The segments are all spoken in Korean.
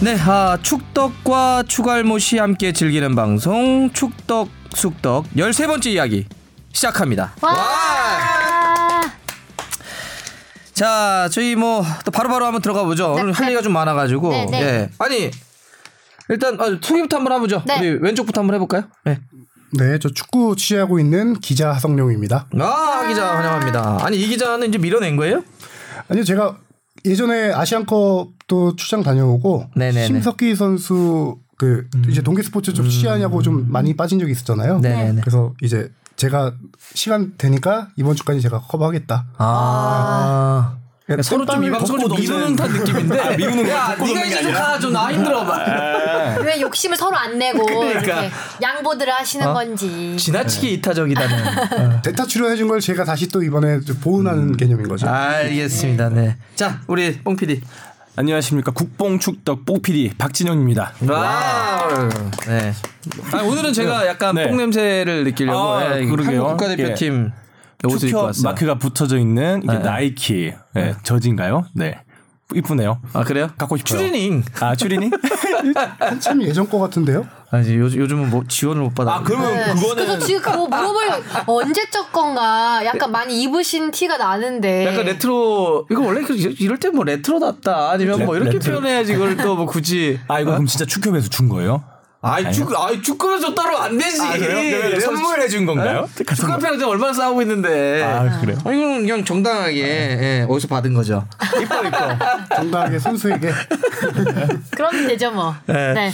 네, 아, 축덕과 추갈못이 함께 즐기는 방송 축덕 숙덕 13번째 이야기 시작합니다. 와. 자, 저희 뭐 또 바로바로 한번 들어가 보죠. 오늘 할 얘기가 좀 많아 가지고. 네, 네. 예. 아니 일단 아, 투기부터 한번 해보죠. 네. 우리 왼쪽부터 한번 해볼까요? 네. 네, 저 축구 취재하고 있는 기자 하성룡입니다. 아 기자 환영합니다. 아니 이 기자는 이제 밀어낸 거예요? 아니요, 제가 예전에 아시안컵도 출장 다녀오고 네네네. 심석희 선수 그 이제 동계 스포츠 좀 취재하냐고 좀 많이 빠진 적이 있었잖아요. 네네네. 그래서 이제 제가 시간 되니까 이번 주까지 제가 커버하겠다. 아. 그러니까 서로 좀 땜빵을 이방 서로 좀 덮고 미루는 듯한 느낌인데. 아, 미루는 야, 네가 이제 좀 가, 좀 나 힘들어. 막. 왜 욕심을 서로 안 네. 내고 그러니까. 어? 이렇게 양보들을 하시는 건지. 지나치게 이타적이다는. 대타 출연해준 걸 제가 다시 또 이번에 좀 보은하는 개념인 거죠. 아. 알겠습니다. 네. 자, 우리 뽕 PD. 안녕하십니까 국뽕축덕 뽕PD 박진영입니다. 와우. 네. 아, 오늘은 제가 약간 네. 뽕 냄새를 느끼려고 아, 예, 그러게요. 한국 국가대표팀 옷을 입고 축협 왔어요. 마크가 붙어져 있는 이게 나이키 예, 저지인가요? 네 이쁘네요. 아 그래요? 갖고 싶어요. 추리닝. 아 추리닝? 한참 예전 거 같은데요. 아 이제 요즘 요즘은 뭐 지원을 못 받아. 그러면 네. 그래서 지금 그거 그러니까. 물어볼 언제적 건가 약간 많이 입으신 티가 나는데 약간 레트로 이거 원래 그- 이럴 때 뭐 레트로답다 아니면 뭐 레- 이렇게 레트로. 표현해야지 이걸 또 뭐 굳이 아 이거 그럼 진짜 축협에서 준 거예요? 아이 축 아이 축구면서 따로 안 되지. 아, 선물해 네? 준 건가요? 축구 평생 얼마나 싸우고 있는데. 아 그래요? 어, 이건 그냥 정당하게 예, 어디서 받은 거죠. 이뻐 이뻐. 정당하게 선수에게 그럼 되죠 뭐. 네. 네. 네.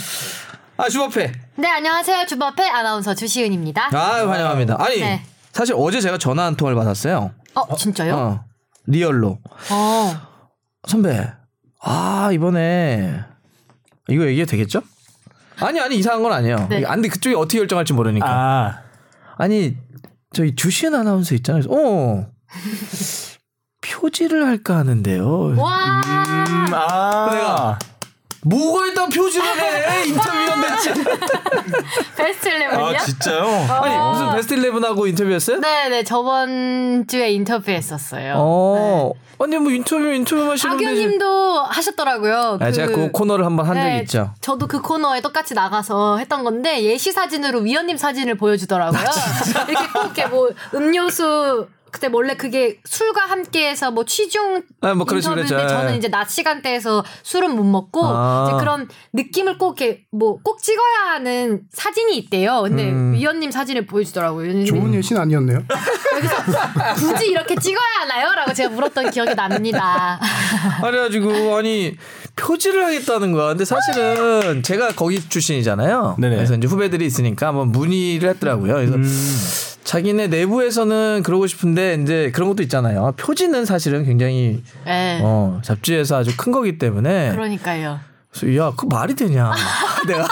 아 주바페. 안녕하세요 주바페 아나운서 주시은입니다. 아 환영합니다. 아니 네. 사실 어제 제가 전화 한 통을 받았어요. 어 진짜요? 어, 리얼로 어. 선배. 아 이번에 이거 얘기해도 되겠죠? 아니 아니 이상한 건 아니에요. 네. 안 돼. 그쪽이 어떻게 결정할지 모르니까. 아 아니 저희 주시은 아나운서 있잖아요. 그래서, 어 표지를 할까 하는데요. 와. 음, 아. 뭐가 있다 표지를 해 인터뷰는 대체. 베스트 레몬이요? 아 진짜요? 아니 무슨 베스트 11하고 인터뷰였어요? 어. 네네 저번 주에 인터뷰했었어요. 어 아니 뭐 인터뷰 인터뷰만 싫은데. 박연님도 하셨더라고요. 아, 제가 그 코너를 한번 한 적이 네, 있죠. 저도 그 코너에 똑같이 나가서 했던 건데 예시 사진으로 위원님 사진을 보여주더라고요. 이렇게 꼭 이렇게 뭐 음료수 그때 원래 그게 술과 함께해서 뭐 취중 아, 뭐 그렇지, 인터뷰인데 그렇지. 저는 예. 이제 낮 시간대에서 술은 못 먹고 아. 이제 그런 느낌을 꼭 이렇게 뭐 꼭 찍어야 하는 사진이 있대요. 근데 음. 위원님 사진을 보여주더라고요. 위원님 좋은 예신 아니었네요. 굳이 이렇게 찍어야 하나요?라고 제가 물었던 기억이 납니다. 어. 그래가지고 아니 표지를 하겠다는 거야. 근데 사실은 제가 거기 출신이잖아요. 네네. 그래서 이제 후배들이 있으니까 한번 문의를 했더라고요. 그래서 음. 자기네 내부에서는 그러고 싶은데 이제 그런 것도 있잖아요. 표지는 사실은 굉장히 네. 어, 잡지에서 아주 큰 거기 때문에 그러니까요. 그래서 야, 그 말이 되냐? 내가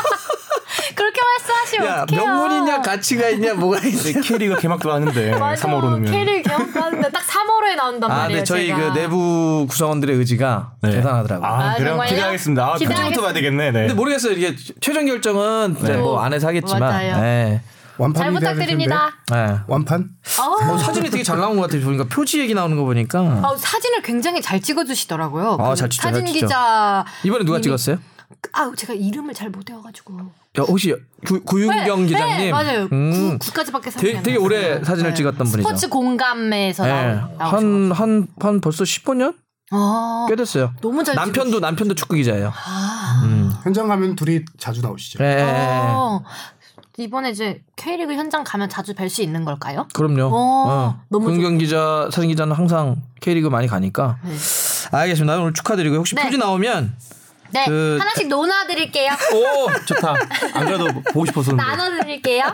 그렇게 말씀하시면 야, 어떡해요? 명문이냐 가치가 있냐 뭐가 있냐. 근데 캐리가 개막도 하는데 네, 맞아. 3월로 넣으면 캐리를 기억하는데 딱 3월호에 나온단 아, 말이에요. 근데 저희 제가. 그 내부 구성원들의 의지가 네. 대단하더라고요. 아, 아, 그래요? 정말요? 기대하겠습니다. 아, 기대하겠- 그때부터 봐야 되겠네. 네. 근데 모르겠어요. 이게 최종 결정은 이제 네. 뭐 안에서 하겠지만. 맞아요. 예. 완판 잘 부탁드립니다. 예. 완판? 어. 어, 사진이 되게 잘 나온 것 같아요. 보니까 표지 얘기 나오는 거 보니까 아, 사진을 굉장히 잘 찍어주시더라고요. 아, 그 잘 찍죠, 잘 사진 찍죠. 기자. 이번에 누가 찍었어요? 아, 제가 이름을 잘 못 외워가지고. 야, 혹시 구, 구윤경 네, 기자님? 네, 맞아요. 음. 구, 9까지밖에 사진 되게, 되게 오래 사진을 찍었던 분이죠. 네. 스포츠 공감에서 예. 나온. 한, 한, 한 벌써 15년? 아, 꽤 됐어요. 너무 잘 남편도, 남편도 축구 기자예요. 아. 음. 현장 가면 둘이 자주 나오시죠. 예, 예, 예. 어. 이번에 이제 K리그 현장 가면 자주 뵐 수 있는 걸까요? 그럼요. 어, 어. 너무 구윤경 기자, 사진 기자는 항상 K리그 많이 가니까. 네. 알겠습니다. 오늘 축하드리고요. 혹시 네. 표지 나오면 네, 그- 네. 하나씩 나눠드릴게요. 오 좋다. 안 그래도 보고 싶었었는데. 나눠드릴게요.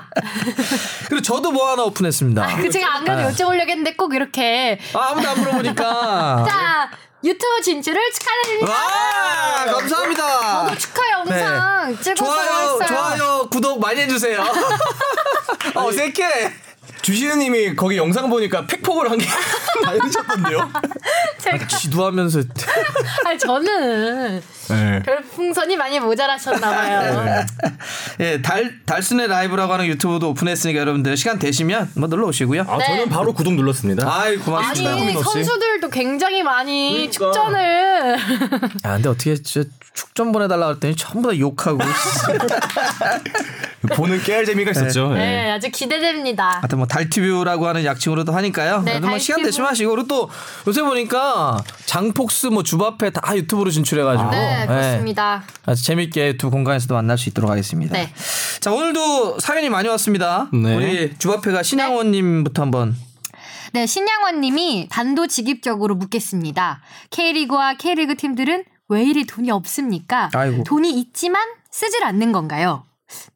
그리고 저도 뭐 하나 오픈했습니다. 그 제가 안 그래도 여쭤보려고 했는데 꼭 이렇게 아, 무도안 물어보니까. 자 유튜브 진출을 축하드립니다. 아, 와 감사합니다. 저도 축하 영상 찍어서 좋아요, 했어요. 어, 좋아요, 구독 많이 해주세요. 어색해. 주시은님이 거기 영상 보니까 팩폭을 한 게 다르셨던데요? 제가 지도하면서 아, 저는 네. 별풍선이 많이 네, 모자라셨나봐요. 예, 달 달순의 라이브라고 하는 유튜브도 오픈했으니까 여러분들 시간 되시면 뭐 놀러 오시고요. 아 네. 저는 바로 구독 눌렀습니다. 아이 고맙습니다. 아니 선수들도 굉장히 많이 그러니까. 축전을 야, 아, 근데 어떻게 진짜 축전 보내달라 그랬더니 전부 다 욕하고. 보는 깨알 재미가 있었죠. 예. 네, 아주 기대됩니다. 하여튼 뭐 달튜브라고 하는 약칭으로도 하니까요. 네, 그래도 뭐 시간 달튜브. 되시면 하시고 그리고 또 요새 보니까 장폭스 뭐 주바페 다 유튜브로 진출해가지고. 네, 예. 그렇습니다. 아주 재밌게 두 공간에서도 만날 수 있도록 하겠습니다. 네. 자 오늘도 사연이 많이 왔습니다. 네. 우리 주바페가 신양원님부터 한번 네, 신양원님이 단도직입적으로 묻겠습니다. K리그와 K리그 팀들은 왜 이리 돈이 없습니까? 아이고. 돈이 있지만 쓰질 않는 건가요?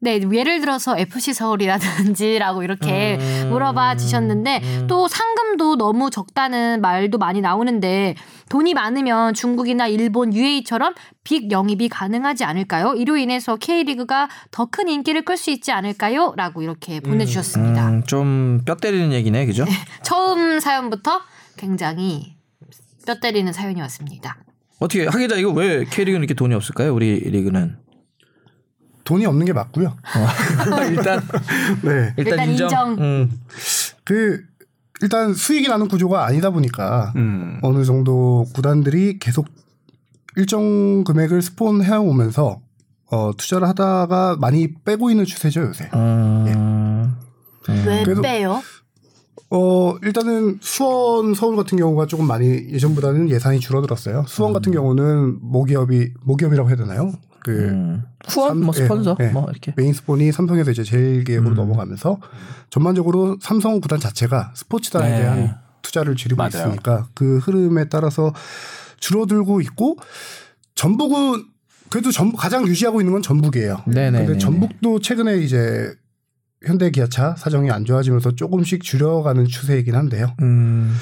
네, 예를 들어서 FC 서울이라든지라고 이렇게 음. 물어봐 주셨는데 또 상금도 너무 적다는 말도 많이 나오는데 돈이 많으면 중국이나 일본 UA처럼 빅 영입이 가능하지 않을까요? 이로 인해서 K리그가 더 큰 인기를 끌 수 있지 않을까요? 라고 음. 이렇게 보내주셨습니다. 좀 뼈 때리는 얘기네, 그죠? 처음 사연부터 굉장히 뼈 때리는 사연이 왔습니다. 어떻게 하기자 이거 왜 K리그는 이렇게 돈이 없을까요? 우리 리그는 돈이 없는 게 맞고요. 일단 네. 일단, 일단 인정. 인정. 음. 그 일단 수익이 나는 구조가 아니다 보니까 음. 어느 정도 구단들이 계속 일정 금액을 스폰해 오면서 어, 투자를 하다가 많이 빼고 있는 추세죠 요새. 예. 음. 왜 그래도- 빼요? 어 일단은 수원 서울 같은 경우가 조금 많이 예전보다는 예산이 줄어들었어요. 수원 같은 경우는 모기업이 모기업이라고 해야 되나요? 그 음. 후원 뭐 삼- 예, 스폰서 예. 뭐 이렇게 메인 스폰이 삼성에서 이제 제일 기획으로 넘어가면서 전반적으로 삼성 구단 자체가 스포츠단에 네. 대한 투자를 줄이고 맞아요. 있으니까 그 흐름에 따라서 줄어들고 있고 전북은 그래도 전북 가장 유지하고 있는 건 전북이에요. 네네. 예. 근데 전북도 최근에 이제 현대 기아차 사정이 안 좋아지면서 조금씩 줄여가는 추세이긴 한데요. 음.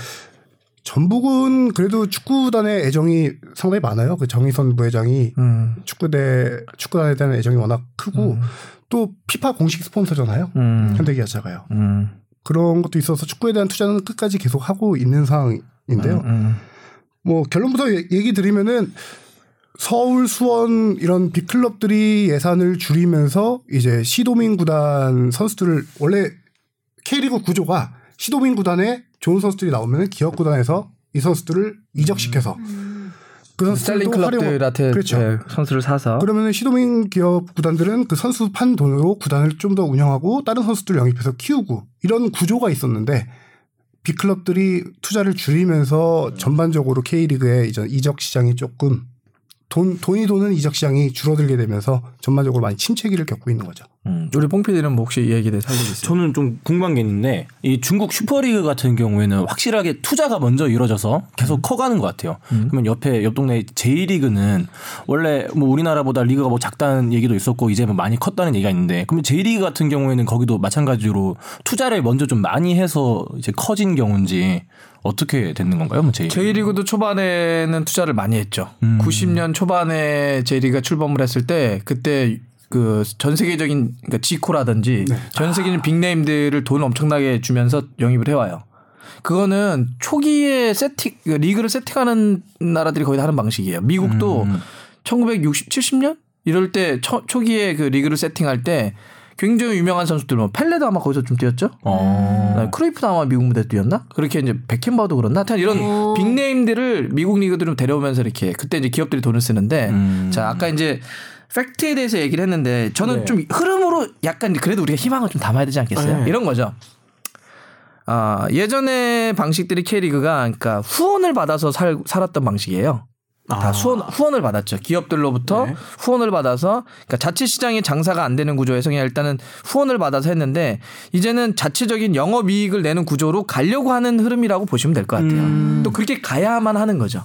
전북은 그래도 축구단의 애정이 상당히 많아요. 그 정의선 부회장이 음. 축구대 축구단에 대한 애정이 워낙 크고 또 피파 공식 스폰서잖아요. 음. 현대기아차가요. 음. 그런 것도 있어서 축구에 대한 투자는 끝까지 계속 하고 있는 상황인데요. 음. 뭐 결론부터 얘- 얘기 드리면은 서울, 수원 이런 빅클럽들이 예산을 줄이면서 이제 시도민 구단 선수들을 원래 K리그 구조가 시도민 구단에 좋은 선수들이 나오면 기업 구단에서 이 선수들을 이적시켜서 그 음. 스타일링 선수들도 활용을 클럽들한테 그렇죠. 예, 선수를 사서 그러면 시도민 기업 구단들은 그 선수 판 돈으로 구단을 좀 더 운영하고 다른 선수들 영입해서 키우고 이런 구조가 있었는데 빅클럽들이 투자를 줄이면서 전반적으로 K리그의 이전 이적 시장이 조금 돈, 돈이 도는 이적 시장이 줄어들게 되면서 전반적으로 많이 침체기를 겪고 있는 거죠. 음. 우리 뽕피디는 뭐 혹시 이 얘기를 살리고 있어요? 저는 좀 궁금한 게 있는데 이 중국 슈퍼리그 같은 경우에는 확실하게 투자가 먼저 이루어져서 음. 계속 커가는 것 같아요. 그러면 옆에 옆 동네 J리그는 원래 뭐 우리나라보다 리그가 뭐 작다는 얘기도 있었고 이제 뭐 많이 컸다는 얘기가 있는데 그러면 J리그 같은 경우에는 거기도 마찬가지로 투자를 먼저 좀 많이 해서 이제 커진 경우인지 어떻게 되는 건가요? 뭐 J. J리그도 초반에는 투자를 많이 했죠. 90년 초반에 J리그가 출범을 했을 때 그때 그 전 세계적인 그러니까 지코라든지 전 세계적인 빅네임들을 돈 엄청나게 주면서 영입을 해와요. 그거는 초기에 세팅 그 리그를 세팅하는 나라들이 거의 다 하는 방식이에요. 미국도 음. 1960, 70년 이럴 때 초, 초기에 그 리그를 세팅할 때 굉장히 유명한 선수들 뭐 펠레도 아마 거기서 좀 뛰었죠. 어. 아, 크루이프도 아마 미국 무대 뛰었나? 그렇게 이제 백켄바도 그렇나? 하여튼 이런 빅네임들을 미국 리그들을 데려오면서 이렇게 그때 이제 기업들이 돈을 쓰는데 음. 자 아까 이제 팩트에 대해서 얘기를 했는데 저는 네. 좀 흐름으로 약간 그래도 우리가 희망을 좀 담아야 되지 않겠어요? 네. 이런 거죠. 아 예전에 방식들이 K리그가 그러니까 후원을 받아서 살, 살았던 방식이에요. 다 아. 네. 후원 후원을 받았죠. 기업들로부터 후원을 받아서 그러니까 자체 시장의 장사가 안 되는 구조에서 그냥 일단은 후원을 받아서 했는데 이제는 자체적인 영업 이익을 내는 구조로 가려고 하는 흐름이라고 보시면 될 것 같아요. 음. 또 그렇게 가야만 하는 거죠.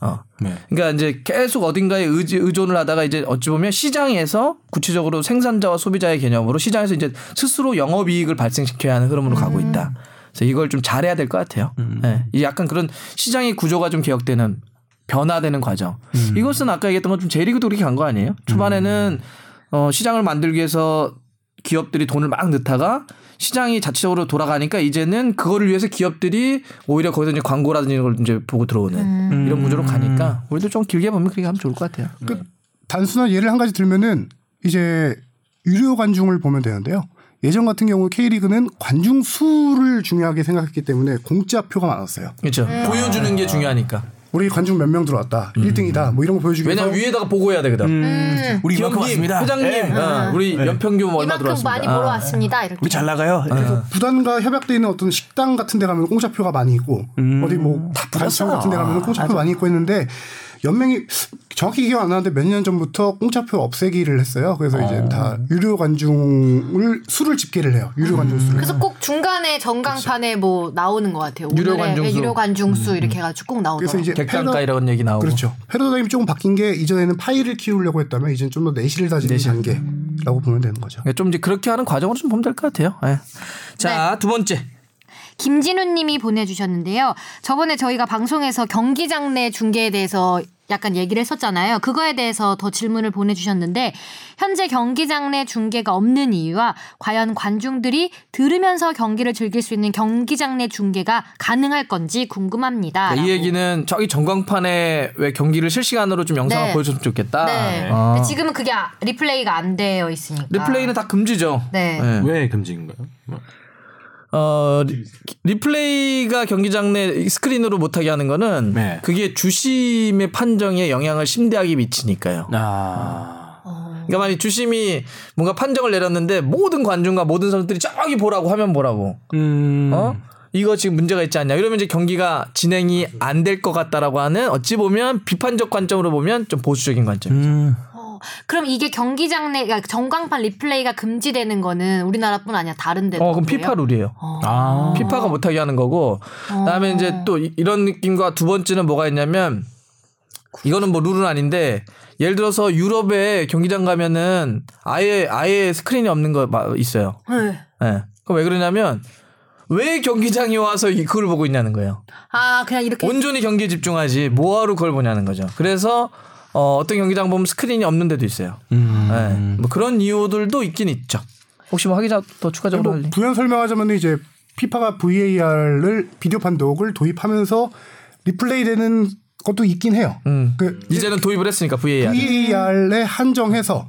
어. 네. 그러니까 이제 계속 어딘가에 의지, 의존을 하다가 이제 어찌 보면 시장에서 구체적으로 생산자와 소비자의 개념으로 시장에서 이제 스스로 영업 이익을 발생시켜야 하는 흐름으로 가고 있다. 그래서 이걸 좀 잘해야 될 것 같아요. 예. 이 약간 그런 시장의 구조가 좀 개혁되는 변화되는 과정. 이것은 아까 얘기했던 것좀 제리그도 그렇게 간 거 아니에요? 초반에는 어, 시장을 만들기 위해서 기업들이 돈을 막 넣다가 시장이 자체적으로 돌아가니까 이제는 그거를 위해서 기업들이 오히려 거기서 이제 광고라든지 이런 걸 이제 보고 들어오는 음. 이런 구조로 가니까 우리도 좀 길게 보면 그렇게 하면 좋을 것 같아요. 그 단순한 예를 한 가지 들면은 이제 유료 관중을 보면 되는데요. 예전 같은 경우 K리그는 관중 수를 중요하게 생각했기 때문에 공짜표가 많았어요. 그렇죠. 네. 보여주는 게 중요하니까. 우리 관중 몇 명 들어왔다. 음. 1등이다. 뭐 이런 거 보여주기 위해서 왜냐면 위에다가 보고해야 되거든. 음. 우리 이만큼 기업님, 왔습니다. 네. 회장님, 어, 우리 연평균 얼마 아. 아. 이만큼 들어왔습니다. 많이 보러 왔습니다. 이렇게. 우리 잘 네. 나가요. 그래서 부단과 협약돼 있는 어떤 식당 같은 데 가면 공짜표가 많이 있고 음. 어디 뭐 부렸어. 단체장 같은 데 가면 공짜표 많이 있고 했는데 연맹이 정확히 기억 안 나는데 몇 년 전부터 공짜표 없애기를 했어요. 그래서 이제 아. 다 유료 관중을 수를 집계를 해요. 유료 음. 관중 수를. 그래서 꼭 중간에 전광판에 뭐 나오는 것 같아요. 유료 오늘의 관중수. 음. 유료 관중수 이렇게 해가지고 꼭 나오더라고요. 그래서 이제 객단가 패러- 이런 얘기 나오고. 그렇죠. 패러다임이 조금 바뀐 게 이전에는 파이를 키우려고 했다면 이제는 좀 더 내실을 다지는 단계라고 보면 되는 거죠. 그러니까 좀 이제 그렇게 하는 과정으로 좀 보면 될 것 같아요. 예. 자, 네. 두 번째. 김진우님이 보내주셨는데요. 저번에 저희가 방송에서 경기장 내 중계에 대해서 약간 얘기를 했었잖아요. 그거에 대해서 더 질문을 보내주셨는데 현재 경기장 내 중계가 없는 이유와 과연 관중들이 들으면서 경기를 즐길 수 있는 경기장 내 중계가 가능할 건지 궁금합니다. 네, 이 라고. 얘기는 저기 전광판에 왜 경기를 실시간으로 좀 영상을 네. 보여줬으면 좋겠다. 네. 어. 근데 지금은 그게 아- 리플레이가 안 되어 있으니까. 리플레이는 다 금지죠. 네. 예. 왜 금지인가요? 어 리- 리플레이가 경기장 내 스크린으로 못하게 하는 거는 네. 그게 주심의 판정에 영향을 심대하게 네. 미치니까요. 아. 그러니까 만약 주심이 뭔가 판정을 내렸는데 모든 관중과 모든 선수들이 저기 보라고 화면 보라고 음. 어 이거 지금 문제가 있지 않냐 이러면 이제 경기가 진행이 안 될 것 같다라고 하는 어찌 보면 비판적 관점으로 보면 좀 보수적인 관점. 음. 어, 그럼 이게 경기장 내 그러니까 전광판 리플레이가 금지되는 거는 우리나라뿐 아니라 다른 데도 어 그럼 그래요? 피파 룰이에요. 아. 피파가 못하게 하는 거고 그다음에 이제 또 이- 이런 느낌과 두 번째는 뭐가 있냐면 이거는 뭐 룰은 아닌데 예를 들어서 유럽에 경기장 가면은 아예 아예 스크린이 없는 거 마- 있어요. 네. 예. 그럼 왜 그러냐면 왜 경기장에 와서 이- 그걸 보고 있냐는 거예요. 아 그냥 이렇게 온전히 경기에 집중하지 뭐하러 그걸 보냐는 거죠. 그래서 어, 어떤 경기장 보면 스크린이 없는 데도 있어요. 예. 뭐 그런 이유들도 있긴 있죠. 혹시 뭐 하기자 더 추가적으로 할 뭐 일? 부연 설명하자면 이제 피파가 VAR을 비디오 판독을 도입하면서 리플레이되는 것도 있긴 해요. 그 이제는 도입을 했으니까 VAR. VAR에 한정해서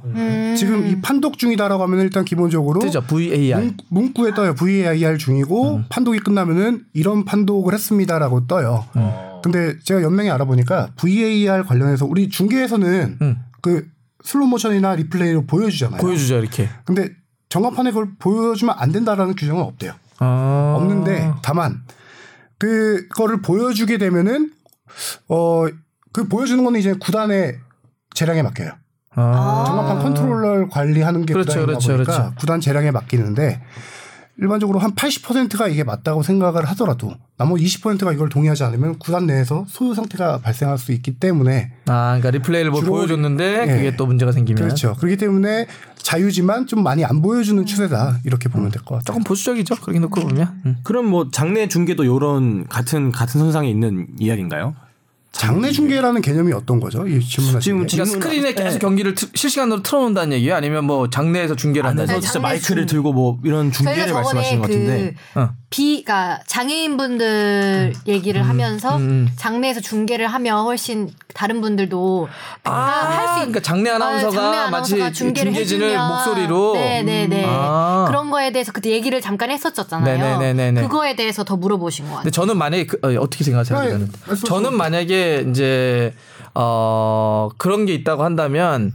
지금 이 판독 중이다라고 하면 일단 기본적으로 뜨죠 VAR. 문- 문구에 떠요. VAR 중이고 판독이 끝나면은 이런 판독을 했습니다라고 떠요. 근데 제가 연맹에 알아보니까 VAR 관련해서 우리 중계에서는 그 슬로 모션이나 리플레이로 보여주잖아요. 보여주죠 이렇게. 근데 정관판에 그걸 보여주면 안 된다라는 규정은 없대요. 아. 없는데 어. 다만 그거를 보여주게 되면은 어 그 보여주는 거는 이제 구단의 재량에 맡겨요. 아. 정확한 컨트롤러 관리하는 게 그렇죠, 구단이다 그렇죠, 보니까 그렇죠. 구단 재량에 맡기는데 일반적으로 한 80%가 이게 맞다고 생각을 하더라도 나머지 20%가 이걸 동의하지 않으면 구단 내에서 소유 상태가 발생할 수 있기 때문에 아, 그러니까 리플레이를 뭘 주로- 보여줬는데 그게 예. 또 문제가 생기면 그렇죠. 그렇기 때문에 자유지만 좀 많이 안 보여주는 추세다 이렇게 보면 될 것 같아요. 조금 보수적이죠. 그렇게 놓고 보면 음. 그럼 뭐 장례 중계도 요런 같은 같은 선상에 있는 이야기인가요? 아, 네. 장례 중계라는 개념이 어떤 거죠? 이 질문하신 게. 지금 그러니까 질문- 스크린에 계속 네. 경기를 틀- 실시간으로 틀어놓는다는 얘기예요. 아니면 뭐 장내에서 중계를 한다든지. 안에서 네, 진짜 장례 마이크를 중- 들고 뭐 이런 저희가 중계를 저번에 말씀하시는 것 같은데 그 어. 음. 비가 장애인분들 얘기를 하면서 장례에서 중계를 하면 훨씬 다른 분들도 다 할 수 있는 그러니까 장내 아나운서가, 마치 그 중계진을 목소리로 네네네 아. 그런 거에 대해서 그때 얘기를 잠깐 했었었잖아요. 네네네네네. 그거에 대해서 더 물어보신 것 같아요. 근데 저는 만약에 그, 어, 떻게 생각하세요? 네, 이거는? 말씀하시죠. 저는 만약에 이제 어 그런 게 있다고 한다면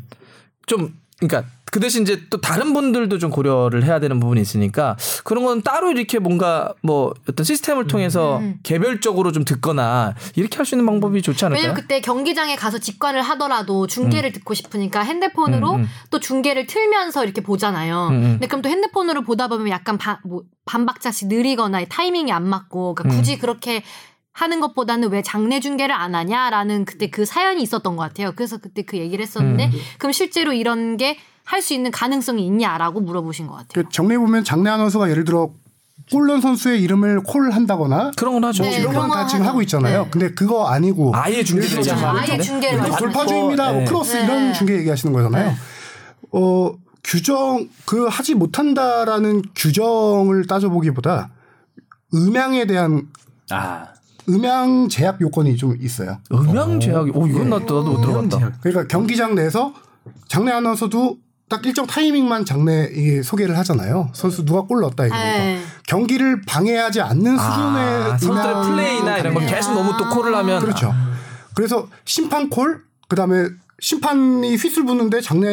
좀 그러니까 그 대신 이제 또 다른 분들도 좀 고려를 해야 되는 부분이 있으니까 그런 건 따로 이렇게 뭔가 뭐 어떤 시스템을 통해서 음. 개별적으로 좀 듣거나 이렇게 할 수 있는 방법이 좋지 않을까요? 왜냐면 그때 경기장에 가서 직관을 하더라도 중계를 듣고 싶으니까 핸드폰으로 또 중계를 틀면서 이렇게 보잖아요. 근데 그럼 또 핸드폰으로 보다 보면 약간 바- 뭐 반박자씩 느리거나 이 타이밍이 안 맞고 그러니까 굳이 그렇게 하는 것보다는 왜 장례 중계를 안 하냐라는 그때 그 사연이 있었던 것 같아요. 그래서 그때 그 얘기를 했었는데 그럼 실제로 이런 게 할 수 있는 가능성이 있냐라고 물어보신 것 같아요. 그 정리해 보면 장례 아나운서가 예를 들어 꼴런 선수의 이름을 콜한다거나 그런 건 하죠. 네, 이런 그런 건 거 다 지금 하죠. 하고 있잖아요. 네. 근데 그거 아니고 아예 네. 중계를 예를 들어 하지 않아요? 아예 중계를 뭐 말씀하시는 네. 돌파 중입니다. 뭐 크로스 이런 중계 얘기하시는 거잖아요. 어 규정 그 하지 못한다라는 규정을 따져보기보다 음향에 대한 아, 음향 제약 요건이 좀뭐 있어요. 예. 음향 제약이 오 이건 나도 나도 못 들어봤다. 그러니까 경기장 내에서 장내 아나운서도 딱 일정 타이밍만 장내 이 소개를 하잖아요. 선수 누가 골 넣었다 이런 거. 네. 경기를 방해하지 아, 않는 수준의 선수들의 음향 플레이나 이런 걸 아. 장면. 계속 너무 또 콜을 하면 그렇죠. 그래서 심판 콜, 그 다음에 심판이 휘슬 부는데 장례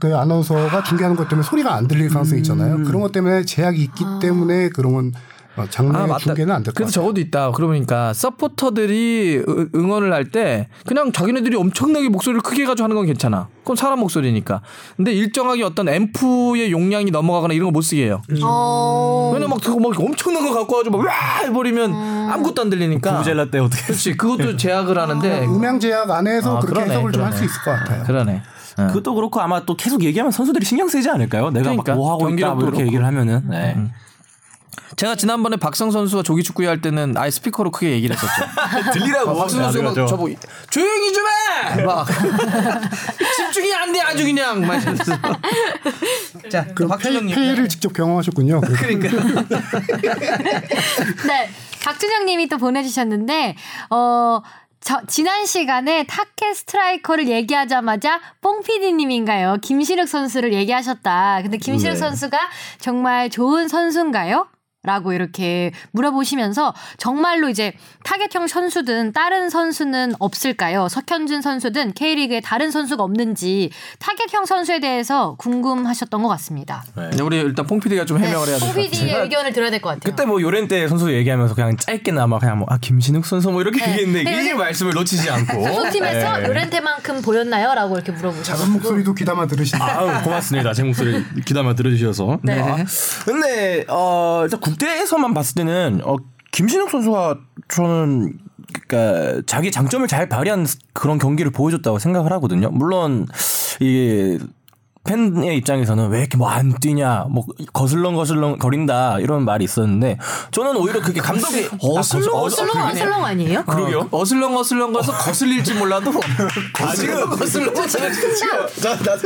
그 아나운서가 중계하는 것 때문에 소리가 안 들릴 음. 가능성이 있잖아요. 그런 것 때문에 제약이 있기 때문에 그런 건 어, 장례 아, 맞다. 중계는 안 될 것 같아요. 그래서 저것도 있다. 그러니까 서포터들이 으- 응원을 할 때 그냥 자기네들이 엄청나게 목소리를 크게 가지고 하는 건 괜찮아. 그건 사람 목소리니까. 근데 일정하게 어떤 앰프의 용량이 넘어가거나 이런 거 못 쓰게 해요. 음. 어. 왜냐면 막, 그거 막 엄청난 거 갖고 와가지고 막와 해버리면 아무것도 안 들리니까. 부젤라 때 어떻게 그렇지. 그것도 제약을 하는데. 네. 아, 음향 제약 안에서 아, 그렇게 그러네, 해석을 좀 할 수 그러네. 있을 것 같아요. 그러네. 어. 그것도 그렇고 아마 또 계속 얘기하면 선수들이 신경 쓰이지 않을까요? 내가 그러니까. 막 뭐 하고 있다 경기력도 뭐 이렇게 그렇고. 얘기를 하면은 네. 제가 지난번에 박성 선수가 조기 축구회 할 때는 아예 스피커로 크게 얘기를 했었죠. 아, 들리라고. 박수 선수가 막 저보고 조용히 좀 해! 막 집중이 안 돼 아주 그냥 막 이러면서 자 그럼 박준영님 폐, 해를 직접 경험하셨군요. 그래서 네. 박준영 님이 또 보내주셨는데, 어, 저, 지난 시간에 타켓 스트라이커를 얘기하자마자 뽕피디님인가요? 김신욱 선수를 얘기하셨다. 근데 김신욱 네. 선수가 정말 좋은 선수인가요? 라고 이렇게 물어보시면서 정말로 이제 타겟형 선수든 다른 선수는 없을까요? 석현준 선수든 K리그에 다른 선수가 없는지 타겟형 선수에 대해서 궁금하셨던 것 같습니다. 네. 네. 근데 우리 일단 퐁 PD가 좀 해명을 해야 될 것 같아요. 뽕피디의 의견을 들어야 될 것 같아요. 그때 뭐 요런 때 선수 얘기하면서 그냥 짧게나마 그냥 뭐 아 김신욱 선수 뭐 이렇게 네. 얘기했는데 네. 이 말씀을 놓치지 않고 소속팀에서 네. 요렌테만큼 보였나요? 라고 이렇게 물어보셨어요. 작은 목소리도 귀담아 들으시네. 아유, 고맙습니다. 제 목소리 귀담아 들어주셔서. 네. 아, 근데 어, 일단 국대에서만 봤을 때는 어, 김신욱 선수가 저는 그러니까 자기 장점을 잘 발휘한 스- 그런 경기를 보여줬다고 생각을 하거든요. 물론 이 팬의 입장에서는 왜 이렇게 뭐 안 뛰냐, 뭐 거슬렁 거슬렁 거린다 이런 말이 있었는데 저는 오히려 그게 감독이 어슬렁, 아, 어슬렁. 슬렁 슬렁 아니에요? 네. 그러게요. 어, 어슬렁 어슬렁 거서 거슬릴지 몰라도 아, 거슬렁 거슬렁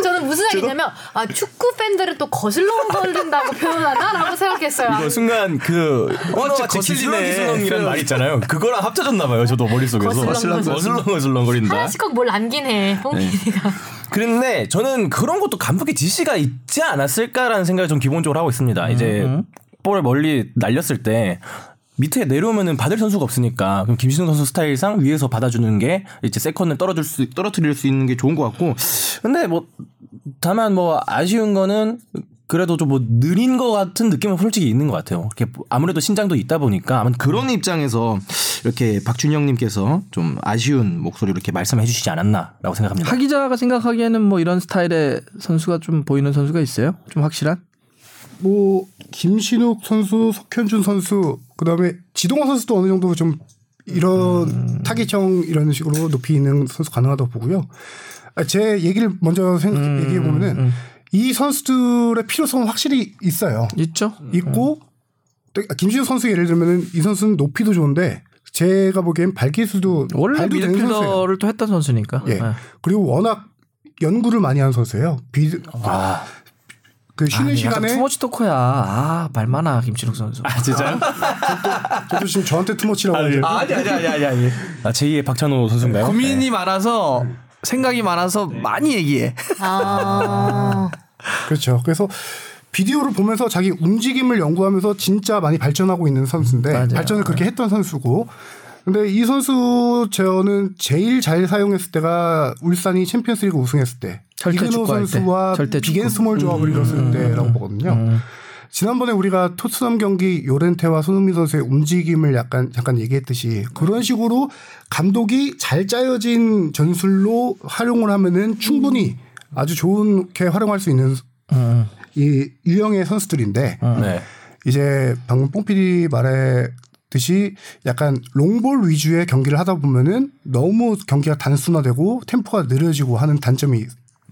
저는 무슨 생각이냐면 아 축구 팬들은 또 거슬러 걸린다고 표현하나라고 생각했어요. 아, 그 순간 그 언어가 거슬리네. 기슬렁이란 말 있잖아요. 그거랑 합쳐졌나 봐요. 저도 머릿속에서 그 거슬렁, 거슬렁. 어슬렁어슬렁 거린다. 하나씩 꼭 뭘 남긴 해. 뽕피디가. 그런데 저는 그런 것도 감독의 지시가 있지 않았을까라는 생각을 좀 기본적으로 하고 있습니다. 이제 볼을 멀리 날렸을 때 밑에 내려오면은 받을 선수가 없으니까 그럼 김신우 선수 스타일상 위에서 받아주는 게 이제 세컨을 떨어질 수 떨어뜨릴 수 있는 게 좋은 것 같고 근데 뭐 다만 뭐 아쉬운 거는 그래도 좀 뭐 느린 것 같은 느낌은 솔직히 있는 것 같아요. 이렇게 아무래도 신장도 있다 보니까 아마 그런 입장에서 이렇게 박준영님께서 좀 아쉬운 목소리로 이렇게 말씀해 주시지 않았나라고 생각합니다. 하 기자가 생각하기에는 뭐 이런 스타일의 선수가 좀 보이는 선수가 있어요? 좀 확실한? 뭐 김신욱 선수, 석현준 선수, 그다음에 지동원 선수도 어느 정도 좀 이런 타깃형 이런 식으로 높이 있는 선수 가능하다고 보고요. 아, 제 얘기를 먼저 생각 얘기해 보면은 이 선수들의 필요성은 확실히 있어요. 있죠. 있고 또 김신욱 선수 예를 들면은 이 선수는 높이도 좋은데 제가 보기엔 발기술도 원래 발도 되는 선수예요. 미드필더를 또 했던 선수니까. 예. 네. 그리고 워낙 연구를 많이 한 선수예요. 비, 그 쉬는 아. 아니, 네. 약간 시간에 투머치 토커야. 아, 말 많아, 김치룩 선수. 아 진짜요? 저도 지금 저한테 투머치라고 하는데 아, 아니, 아니, 아니, 아니, 아니. 아 제2의 박찬호 선수인가요? 고민이 많아서 생각이 많아서 많이 얘기해. 아. 그렇죠. 그래서 비디오를 보면서 자기 움직임을 연구하면서 진짜 많이 발전하고 있는 선수인데 맞아요. 네. 발전을 그렇게 했던 선수고 근데 이 선수 저는 제일 잘 사용했을 때가 울산이 챔피언스리그 우승했을 때 절대 이근호 축구할 때. 선수와 절대 축구. 음. 비겐스몰 조합을 이뤘을 때라고 보거든요. 지난번에 우리가 토트넘 경기 요렌테와 손흥민 선수의 움직임을 약간 잠깐 얘기했듯이 음. 그런 식으로 감독이 잘 짜여진 전술로 활용을 하면은 음. 충분히 아주 좋게 활용할 수 있는 이 유형의 선수들인데 음. 네. 이제 방금 뽕피디 말했듯이 약간 롱볼 위주의 경기를 하다 보면은 너무 경기가 단순화되고 템포가 느려지고 하는 단점이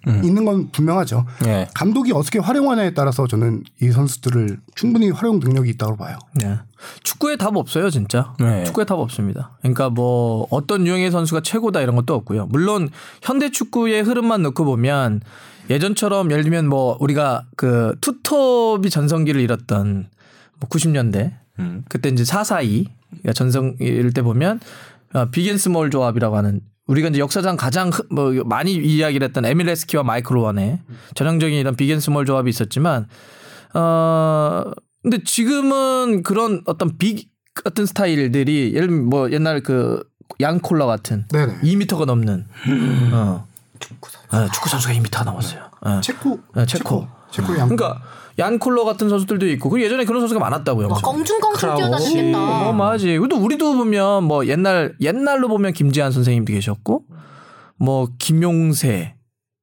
음. 있는 건 분명하죠. 예. 네. 감독이 어떻게 활용하냐에 따라서 저는 이 선수들을 충분히 활용 능력이 있다고 봐요. 네. 축구에 답 없어요, 진짜. 네. 축구에 답 없습니다. 그러니까 뭐 어떤 유형의 선수가 최고다 이런 것도 없고요. 물론 현대 축구의 흐름만 놓고 보면 예전처럼 예를 들면 뭐 우리가 그 투톱이 전성기를 잃었던 뭐 90년대 음. 그때 이제 442 가 전성일 때 보면 어, 비겐스몰 조합이라고 하는 우리가 이제 역사상 가장 흔- 뭐 많이 이야기를 했던 에밀레스키와 마이클 로완의 전형적인 이런 비겐스몰 조합이 있었지만 어 근데 지금은 그런 어떤 빅 같은 스타일들이 예를 들면 뭐 옛날 그 양콜라 같은 네네. 2미터가 넘는 어. 네, 축구 선수가 2미터 넘었어요. 네. 체코, 네, 체코. 체코 양. 그러니까 얀콜러 같은 선수들도 있고 그 예전에 그런 선수가 많았다고요. 막 껑충껑충 뛰어다녔겠다. 그렇죠. 어마하지. 뭐 근데 우리도 보면 뭐 옛날 옛날로 보면 김지한 선생님도 계셨고 뭐 김용세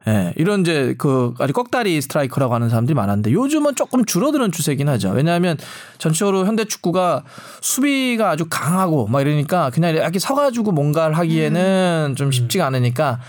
예, 이런 이제 그 아주 꺽다리 스트라이커라고 하는 사람들이 많았는데 요즘은 조금 줄어드는 추세긴 하죠. 왜냐하면 전체적으로 현대 축구가 수비가 아주 강하고 막 이러니까 그냥 이렇게 서가지고 뭔가를 하기에는 좀 쉽지가 않으니까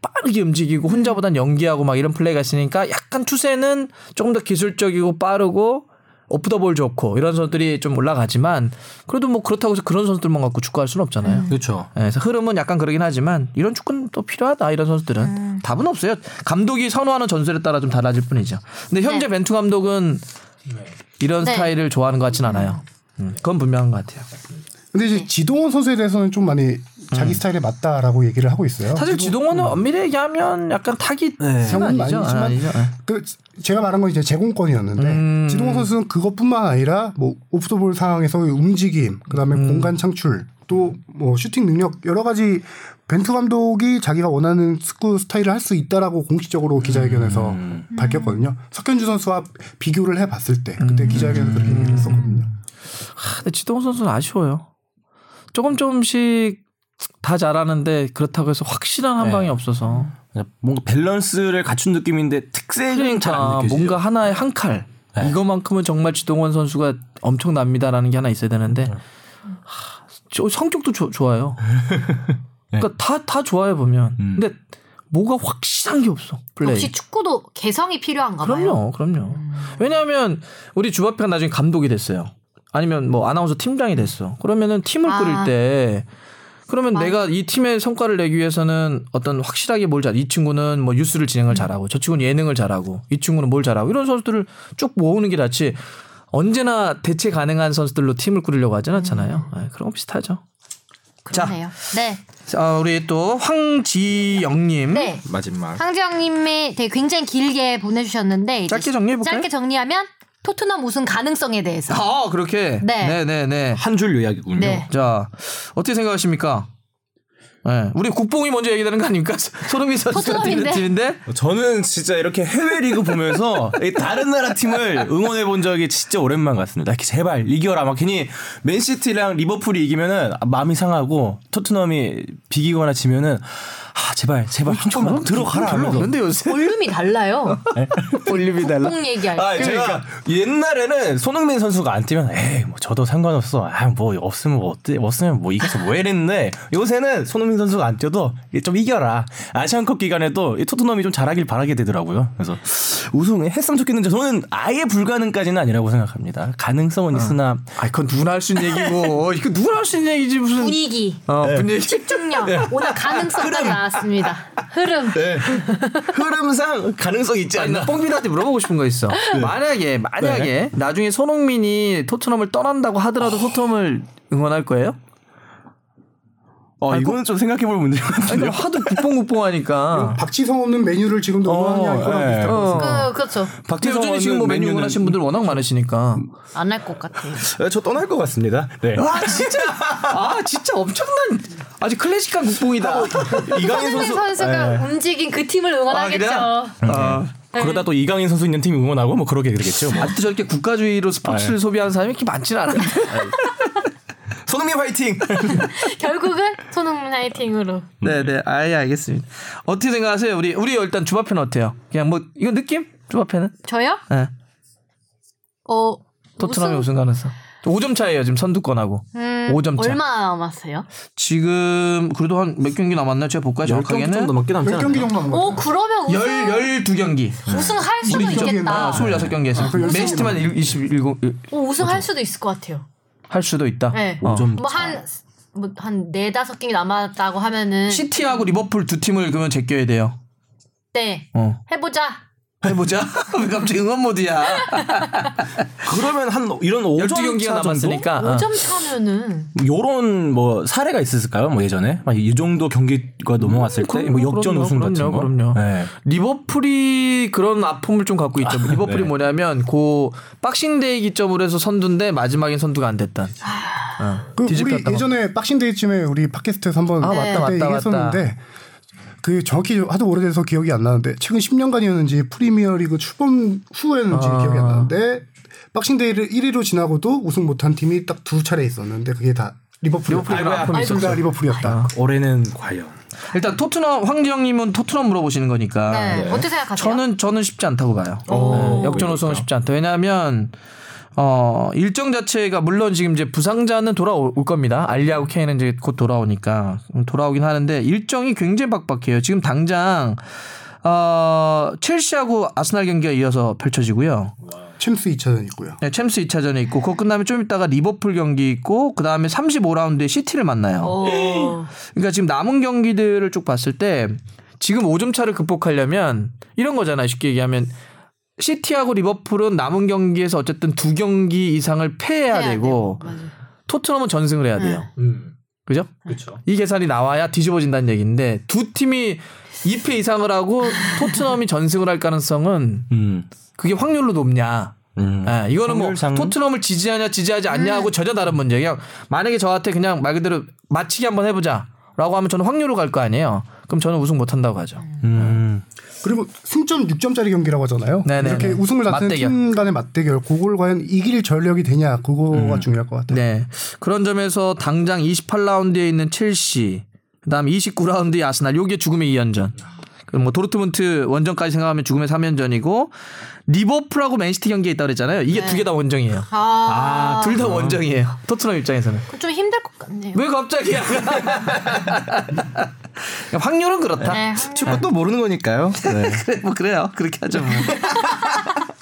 빠르게 움직이고 혼자보단 연기하고 막 이런 플레이가 있으니까 약간 추세는 조금 더 기술적이고 빠르고 오프더볼 좋고 이런 선수들이 좀 올라가지만 그래도 뭐 그렇다고 해서 그런 선수들만 갖고 축구할 수는 없잖아요. 그렇죠. 예, 그래서 흐름은 약간 그러긴 하지만 이런 축구는 또 필요하다 이런 선수들은 음. 답은 없어요. 감독이 선호하는 전술에 따라 좀 달라질 뿐이죠. 근데 현재 네. 벤투 감독은 이런 네. 스타일을 좋아하는 것 같진 않아요. 음, 그건 분명한 것 같아요. 근데 이제 지동원 선수에 대해서는 좀 많이 자기 스타일에 맞다라고 얘기를 하고 음. 네. 있어요. 음. 사실 지동원은 엄밀히 얘기하면 약간 타깃은 성은 아니죠. 아니지만 아, 아니죠. 예. 그 제가 말한 건 이제 제공권이었는데 지동원 선수는 그것뿐만 아니라 뭐 오프더볼 상황에서의 움직임, 그다음에 공간 창출, 또 뭐 슈팅 능력 여러 가지 벤투 감독이 자기가 원하는 스쿠 스타일을 할 수 있다라고 공식적으로 기자회견에서 밝혔거든요. 석현주 선수와 비교를 해봤을 때 그때 기자회견에서 그렇게 얘기를 했었거든요. 아, 근데 지동원 선수는 아쉬워요. 조금 조금씩 다 잘하는데 그렇다고 해서 확실한 한 네. 방이 없어서 뭔가 밸런스를 갖춘 느낌인데 특색은 잘안 그러니까 느껴지죠. 뭔가 하나의 한 칼 네. 이거만큼은 정말 지동원 선수가 엄청납니다라는 게 하나 있어야 네. 되는데 하, 저 성격도 조- 좋아요. 그러니까 다 다 좋아요 보면. 네. 음. 근데 뭐가 확실한 게 없어 플레이. 역시 축구도 개성이 필요한가 봐요. 그럼요, 음. 그럼요. 왜냐하면 우리 주바페가 나중에 감독이 됐어요. 아니면 뭐 아나운서 팀장이 됐어. 그러면은 팀을 아. 꾸릴 때 그러면 맞아. 내가 이 팀의 성과를 내기 위해서는 어떤 확실하게 뭘 잘, 이 친구는 뭐 뉴스를 음. 진행을 잘하고 저 친구는 예능을 잘하고 이 친구는 뭘 잘하고 이런 선수들을 쭉 모으는 게 낫지 언제나 대체 가능한 선수들로 팀을 꾸리려고 하진 음. 않잖아요. 예, 그런 거 비슷하죠. 그러네요. 네. 자, 우리 또 황지영님. 네. 마지막. 황지영님이 되게 굉장히 길게 보내주셨는데 이제 짧게 정리해볼까요? 짧게 정리하면 토트넘 우승 가능성에 대해서. 아, 그렇게. 네. 네, 네, 네. 한 줄 요약이군요. 네. 자 어떻게 생각하십니까? 예, 우리 국뽕이 먼저 얘기되는 거 아닙니까? 손흥민 선수가 토트넘인데. 뛰는 팀인데 어, 저는 진짜 이렇게 해외 리그 보면서 이 다른 나라 팀을 응원해 본 적이 진짜 오랜만 같습니다. 이렇게 제발 이겨라 막 괜히 맨시티랑 리버풀이 이기면은 마음이 상하고 토트넘이 비기거나 지면은 아 제발 제발 한 번만 들어가라 별로 하면서 없는데 요새 볼륨이 달라요. 올림이 달라. 뽕 얘기할 아, 때. 제가 옛날에는 손흥민 선수가 안 뛰면 에이 뭐 저도 상관없어. 아, 뭐 없으면 뭐 어때? 없으면 뭐 이겨서 뭐 이랬는데 요새는 손흥민 선수가 안 뛰어도 좀 이겨라. 아시안컵 기간에도 이 토트넘이 좀 잘하길 바라게 되더라고요. 그래서 우승했으면 좋겠는데 저는 아예 불가능까지는 아니라고 생각합니다. 가능성은 있으나 아, 그건 누구나 할 수 있는 얘기고 이거 누구나 할 수 있는 얘기지 무슨. 분위기, 어, 분위기. 집중력, 네. 오늘 가능성까지 나왔습니다. 그, 흐름. 흐름상 가능성 이 있지 아니, 나 않나. 뽕비한테 물어보고 싶은 거 있어. 만약에 만약에 나중에 손흥민이 토트넘을 떠난다고 하더라도 토트넘을 응원할 거예요? 어, 이거는 좀 생각해 볼 문제인 것 아니, 같은데. 그럼 하도 국뽕국뽕하니까. 음. 박지성 없는 메뉴를 지금도 응원하냐 이거랑 예. 비슷한 거. 그, 그렇죠. 어. 근데 요즘에 지금 뭐 메뉴 응원하시는 분들 워낙 많으시니까. 안 할 것 같아요. 저 떠날 것 같습니다. 네. 아 진짜 아 진짜 엄청난 아주 클래식한 국뽕이다. 아, 이강인 손흥민 선수가 움직인 그 팀을 응원하겠죠. 네. 아, 아, 그러다 또 이강인 선수 있는 팀 응원하고 뭐 그러게 되겠죠. 뭐. 아직도 저렇게 국가주의로 스포츠를 소비하는 사람이 이렇게 많지는 않은데. 손흥민 화이팅. 결국은 손흥민 화이팅으로. 네네, 아예 알겠습니다. 어떻게 생각하세요? 우리 우리 일단 주바페는 어때요? 그냥 뭐 이거 느낌? 주바페는? 저요? 예. 어, 토트넘이 우승 가능성. 5점 차예요 지금 선두권하고. 음, 5점 차. 얼마 남았어요? 지금 그래도 한 몇 경기 남았나? 제가 볼까요? 정확하게는 넘게 남지 몇 경기 정도 한 거예요? 오, 그러면 10 우승, 12경기. 우승할 수도 경기였나? 있겠다. 아, 26경기 했어요. 열세 경기 맨시티만 27할 오, 우승할 수도 있을 것 같아요. 수도 있다. 네. 어. 뭐한뭐한 네다섯 경기 남았다고 하면은 시티하고 리버풀 두 팀을 그러면 제껴야 돼요. 네. 어. 해보자. 해보자. 왜 갑자기 응원 모드야. 그러면 한 이런 12 5점 경기가 남았으니까 어. 5점 차면은 아, 요런 뭐 사례가 있었을까요? 뭐 예전에 막 이 정도 경기가 넘어왔을 때 뭐 그럼요, 역전 우승 같은 그럼요, 거. 그럼요. 네. 리버풀이 그런 아픔을 좀 갖고 있죠. 리버풀이 네. 뭐냐면 그 박싱데이 기점으로 해서 선두인데 마지막엔 선두가 안 됐다. 아, 그 뒤집혔다, 우리 막. 예전에 박싱데이쯤에 우리 팟캐스트에서 한번 아, 맞다, 그때 맞다, 얘기했었는데 그 정확히 하도 오래돼서 기억이 안 나는데 최근 10년간이었는지 프리미어리그 출범 후였는지 아. 기억이 안 나는데 박싱데이를 1위로 지나고도 우승 못한 팀이 딱 두 차례 있었는데 그게 다 리버풀이었다. 리버풀이랑 아픔이 둘 다 있었어. 리버풀이었다. 올해는 과연 일단 토트넘 황지영님은 토트넘 물어보시는 거니까 네. 어떻게 생각하세요? 아, 저는 저는 쉽지 않다고 봐요. 오. 그러니까. 네, 역전 우승은 쉽지 않다. 왜냐하면 어 일정 자체가 물론 지금 이제 부상자는 돌아올 겁니다. 알리하고 케인은 이제 곧 돌아오니까 음, 돌아오긴 하는데 일정이 굉장히 빡빡해요. 지금 당장 어 첼시하고 아스날 경기가 이어서 펼쳐지고요. 챔스 2차전 있고요. 네, 챔스 2차전에 있고 그거 끝나면 좀 이따가 리버풀 경기 있고 그다음에 35라운드에 시티를 만나요. 어. 오. 그러니까 지금 남은 경기들을 쭉 봤을 때 지금 5점 차를 극복하려면 이런 거잖아요. 쉽게 얘기하면 시티하고 리버풀은 남은 경기에서 어쨌든 두 경기 이상을 패해야 해야 되고 돼요. 맞아요. 토트넘은 전승을 해야 돼요. 음. 그죠? 그렇죠. 이 계산이 나와야 뒤집어진다는 얘기인데 두 팀이 2패 이상을 하고 토트넘이 전승을 할 가능성은 음. 그게 확률로 높냐? 음. 예, 이거는 뭐 확률상은? 네. 토트넘을 지지하냐 지지하지 않냐하고 전혀 다른 문제예요. 만약에 저한테 그냥 말 그대로 맞히기 한번 해보자라고 하면 저는 확률로 갈 거 아니에요. 그럼 저는 우승 못 한다고 하죠. 음. 그리고 승점 6점짜리 경기라고 하잖아요. 네네네. 이렇게 우승을 다투는 맞대결. 팀 간의 맞대결. 그걸 과연 이길 전력이 되냐 그거가 중요할 것 같아요. 네 그런 점에서 당장 28라운드에 있는 첼시, 그다음 29라운드에 아스날 요게 죽음의 2연전. 그뭐 도르트문트 원정까지 생각하면 죽음의 3연전이고 리버풀하고 맨시티 경기에 있다 그랬잖아요. 이게 네. 두 개 다 원정이에요. 아, 둘 다 원정이에요. 토트넘 입장에서는. 그건 좀 힘들 것 같네요. 왜 갑자기야? 확률은 그렇다. 네. 아. 축구도 모르는 거니까요. 네. 그래 뭐 그래요 그렇게 하죠 뭐.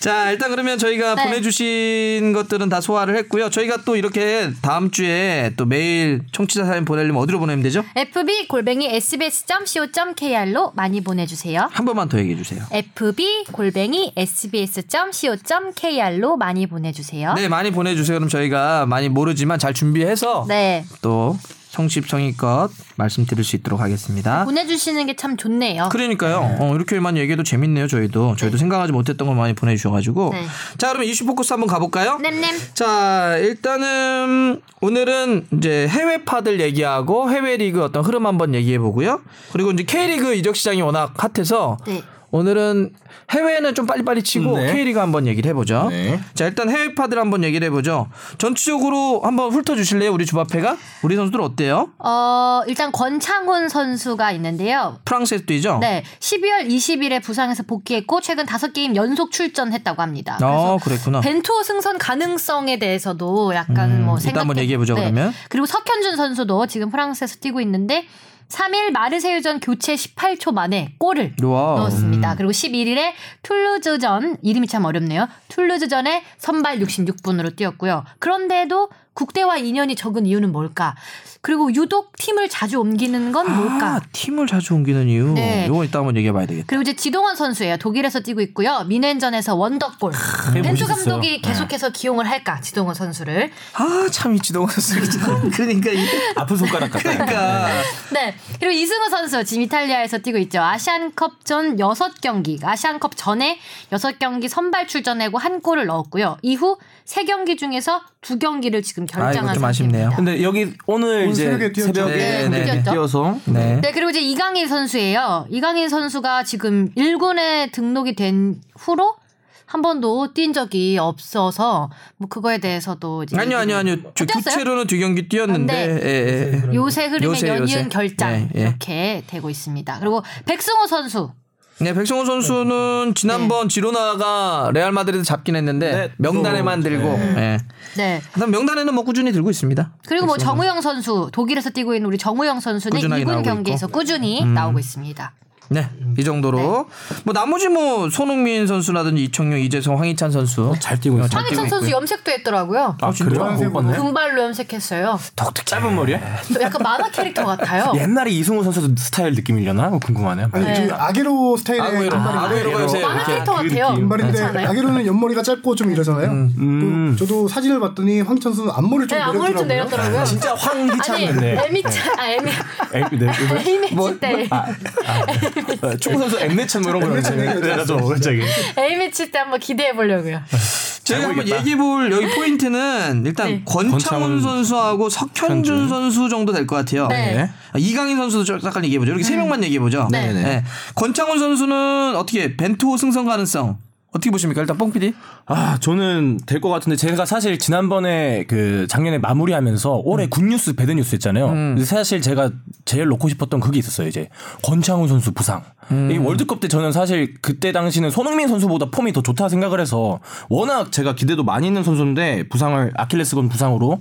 자 일단 그러면 저희가 네. 보내주신 것들은 다 소화를 했고요 저희가 또 이렇게 다음 주에 또 매일 청취자 사연 보내려면 어디로 보내면 되죠? FB 골뱅이 sbs.co.kr로 많이 보내주세요. 한 번만 더 얘기해 주세요 FB 골뱅이 sbs.co.kr로 많이 보내주세요. 네 많이 보내주세요 그럼 저희가 많이 모르지만 잘 준비해서 네. 또 성심성의껏 말씀드릴 수 있도록 하겠습니다 보내주시는 게 참 좋네요. 그러니까요. 어, 이렇게만 얘기해도 재밌네요. 저희도 저희도 생각하지 못했던 걸 많이 보내주셔가지고 네. 자 그럼 이슈 포커스 한번 가볼까요? 냠냠. 자 일단은 오늘은 이제 해외파들 얘기하고 해외 리그 어떤 흐름 한번 얘기해 보고요. 그리고 이제 K 리그 이적 시장이 워낙 핫해서 네. 오늘은 해외는 좀 빨리빨리 치고 네. K 리그 한번 얘기를 해보죠. 네. 자 일단 해외파들 한번 얘기를 해보죠. 전체적으로 한번 훑어주실래요? 우리 주바페가 우리 선수들 어때요? 어, 일단 권창훈 선수가 있는데요. 프랑스에서 뛰죠. 네. 12월 20일에 부상에서 복귀했고 최근 5게임 연속 출전했다고 합니다. 어 그랬구나. 벤투 승선 가능성에 대해서도 약간 뭐 이따 생각 한번 얘기해보죠, 그러면. 그리고 석현준 선수도 지금 프랑스에서 뛰고 있는데 3일 마르세유전 교체 18초 만에 골을 와우. 넣었습니다. 그리고 11일에 툴루즈전 이름이 참 어렵네요. 툴루즈전에 선발 66분으로 뛰었고요. 그런데도 국대와 인연이 적은 이유는 뭘까? 그리고 유독 팀을 자주 옮기는 건 뭘까? 아, 팀을 자주 옮기는 이유. 네. 이건 이따 한번 얘기해 봐야 되겠다. 그리고 이제 지동원 선수예요. 독일에서 뛰고 있고요. 미넨전에서 원더골. 아, 벤투 멋있었어요. 네. 감독이 계속해서 기용을 할까? 지동원 선수를. 아, 참 이치동원 선수. 참 그러니까 이게 아픈 손가락 같다. 그러니까 네. 그리고 이승우 선수 지금 이탈리아에서 뛰고 있죠. 아시안컵 전 6경기, 아시안컵 전에 6경기 선발 출전하고 한 골을 넣었고요. 이후 3경기 중에서 2경기를 지금 결정한 아이고, 좀 상태입니다. 아쉽네요. 근데 여기 오늘 오늘 이제 새벽에 뛰었죠. 네, 새벽에 네, 네. 뛰어서 네. 네, 그리고 이제 이강인 선수예요. 이강인 선수가 지금 1군에 등록이 된 후로 한 번도 뛴 적이 없어서 뭐 그거에 대해서도 이제 아니요, 아니요, 아니요. 저 네. 뛰었어요? 교체로는 두 경기 뛰었는데. 아, 예, 예, 예. 요새 흐름의 요새, 연이은 요새. 결장 예, 예. 이렇게 되고 있습니다. 그리고 백승호 선수 네, 백성호 네. 선수는 지난번 지로나가 레알 마드리드 잡긴 했는데 네, 명단에만 들고. 예. 네. 그다음 명단에는 뭐 꾸준히 들고 있습니다. 그리고 뭐 정우영 선수 독일에서 뛰고 있는 우리 정우영 선수는 꾸준하게 2군 나오고 음. 경기에서 꾸준히 나오고 있습니다. 네, 음. 이 정도로 뭐 나머지 뭐 손흥민 선수라든지 이청용, 이재성, 황희찬 선수 네. 잘 뛰고 있어요. 잘 뛰고 황희찬 선수 있고요. 염색도 했더라고요. 아, 그래요? 아, 못 봤네. 금발로 염색했어요. 독특 짧은 머리에? 또 약간 만화 캐릭터 같아요. 예. 옛날에 이승우 선수 스타일 느낌이려나? 뭐 궁금하네. 아니, 네. 저기 아게로 스타일의 아구에로 금발이- 네. 아구에로가 요새 만화 이렇게 그 캐릭터 같아요. 금발인데 괜찮아요? 아게로는 옆머리가 짧고 좀 이러잖아요. 음. 또 저도 사진을 봤더니 황천수는 앞머리를 좀 네, 앞머리 좀 내렸더라고요. 내렸더라고요. 아, 진짜 아니, 황희찬인데. 에미찬, 아, 에미, 에이, 네. 에이매치 때, 어, 축구 선수 엠네천 뭐 이런 거 있잖아요. 네, 나도 갑자기. 에이매치 때 한번 기대해 보려고요. 제가 한번 모르겠다. 얘기해 볼 여기 포인트는 일단 네. 권창훈 권창훈 선수하고 석현준 선수 정도 될 것 같아요. 네. 네. 아, 이강인 선수도 좀 잠깐 얘기해 보죠. 이렇게 세 명만 얘기해 보죠. 네. 네네. 권창훈 선수는 어떻게 벤투 승선 가능성 어떻게 보십니까? 일단 뽕 PD. 아, 저는 될 것 같은데 제가 사실 지난번에 그 작년에 마무리하면서 올해 굿뉴스 배드뉴스 했잖아요. 근데 사실 제가 제일 넣고 싶었던 그게 있었어요. 이제 권창훈 선수 부상. 이 월드컵 때 저는 사실 그때 당시는 손흥민 선수보다 폼이 더 좋다 생각을 해서 워낙 제가 기대도 많이 있는 선수인데 부상을 아킬레스건 부상으로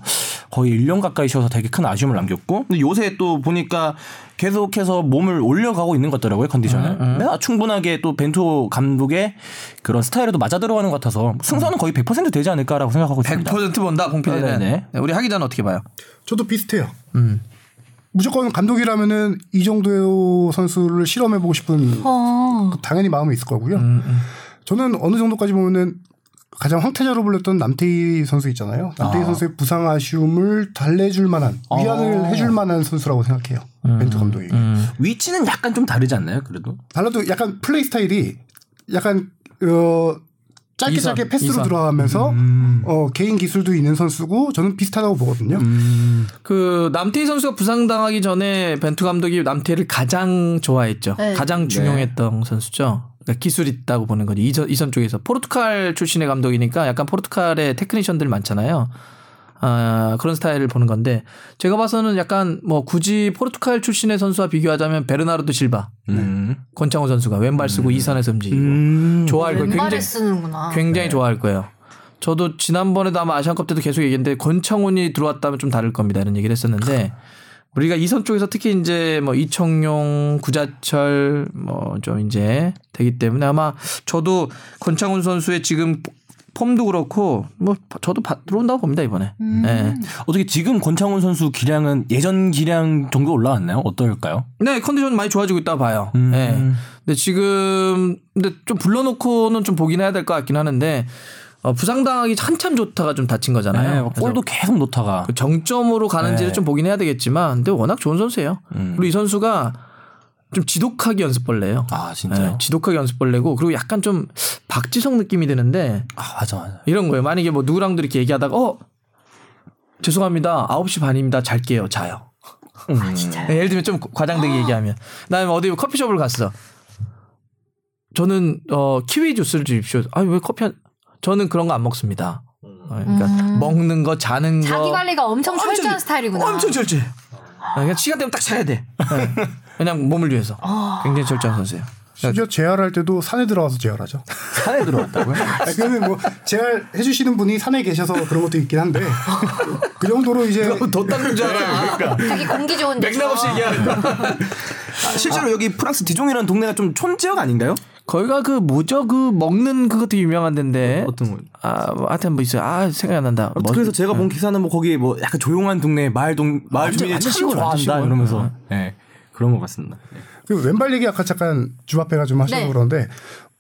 거의 1년 가까이 쉬어서 되게 큰 아쉬움을 남겼고 근데 요새 또 보니까 계속해서 몸을 올려가고 있는 것 같더라고요 컨디션을 네, 아, 충분하게 또 벤투 감독의 그런 스타일에도 맞아 들어가는 것 같아서 승산은 거의 100% 되지 않을까라고 생각하고 있습니다. 100% 본다 뽕 PD는. 네네. 우리 하기자는 어떻게 봐요? 저도 비슷해요. 음. 무조건 감독이라면은 이정도 선수를 실험해보고 싶은 어. 당연히 마음이 있을 거고요. 저는 어느 정도까지 보면은 가장 황태자로 불렸던 남태희 선수 있잖아요. 남태희 선수의 부상 아쉬움을 달래줄 만한 위안을 해줄 만한 선수라고 생각해요. 벤투 감독이. 위치는 약간 좀 다르지 않나요? 그래도 달라도 약간 플레이 스타일이 약간 어 짧게 이선, 짧게 패스로 이선. 들어가면서 음. 어 개인 기술도 있는 선수고 저는 비슷하다고 보거든요. 음. 그 남태희 선수가 부상당하기 전에 벤투 감독이 남태희를 가장 좋아했죠. 네. 가장 중용했던 선수죠. 그러니까 기술 있다고 보는 거죠. 이선, 이선 쪽에서 포르투갈 출신의 감독이니까 약간 포르투갈의 테크니션들 많잖아요. 아, 그런 스타일을 보는 건데 제가 봐서는 약간 뭐 굳이 포르투갈 출신의 선수와 비교하자면 베르나르도 실바, 네. 음. 권창호 선수가 왼발 쓰고 이선에서 움직이고 좋아할 거예요. 왼발을 굉장히 쓰는구나. 굉장히 좋아할 거예요. 저도 지난번에도 아마 아시안컵 때도 계속 얘기했는데 권창훈이 들어왔다면 좀 다를 겁니다. 이런 얘기를 했었는데 우리가 이선 쪽에서 특히 이제 뭐 이청용, 구자철 뭐 좀 이제 되기 때문에 아마 저도 권창훈 선수의 지금 폼도 그렇고 뭐 저도 바- 들어온다고 봅니다 이번에. 네. 어떻게 지금 권창훈 선수 기량은 예전 기량 정도 올라왔나요? 어떨까요? 네, 컨디션 많이 좋아지고 있다 봐요. 음. 네. 근데 지금 근데 좀 불러놓고는 좀 보긴 해야 될 것 같긴 하는데 어, 부상당하기 한참 좋다가 좀 다친 거잖아요. 네, 그래서 골도 계속 놓다가 그 정점으로 가는지를 네. 음. 좀 보긴 해야 되겠지만 근데 워낙 좋은 선수예요. 그리고 이 선수가 좀 지독하게 연습벌레예요. 아 네, 진짜요? 지독하게 연습벌레고 그리고 약간 좀 박지성 느낌이 드는데 아 맞아 맞아. 이런 거예요. 만약에 뭐 누구랑도 이렇게 얘기하다가 어 죄송합니다. 9시 반입니다. 잘게요. 자요. 아, 진짜요? 네, 예를 들면 좀 과장되게 얘기하면 그다음에 어디 커피숍을 갔어. 저는 어 키위 주스를 주십시오. 아니 왜 커피 한 저는 그런 거 안 먹습니다. 어, 그러니까 음. 먹는 거 자는 거 자기 관리가 엄청 철저한 스타일이구나. 엄청 철저해. 아, 그냥 시간 되면 딱 자야 돼. 네. 그냥 몸을 위해서. 굉장히 철저한 선수예요. 심지어 재활할 때도 산에 들어가서 재활하죠. 산에 들어왔다고요? 아니, 그러면 뭐 재활 해주시는 분이 산에 계셔서 그런 것도 있긴 한데 그 정도로 이제 더 닦는 줄 알아. 되게 공기 좋은 데서. 맥락 없이 얘기하는. 아, 실제로 여기 프랑스 디종이라는 동네가 좀 촌지역 아닌가요? 거기가 그 뭐죠? 그 먹는 그것도 유명한 데인데. 어떤 거? 아, 뭐 하여튼 뭐 있어요. 아, 생각이 안 난다. 뭐, 그래서 제가 본 기사는 뭐 거기 뭐 약간 조용한 동네 마을 동 마을 주민이 완전 참 시골, 완전 좋아한다 시골. 이러면서 예 그런 것 같습니다. 그 왼발 얘기 아까 잠깐 주바페가 좀 하셔서 네. 그런데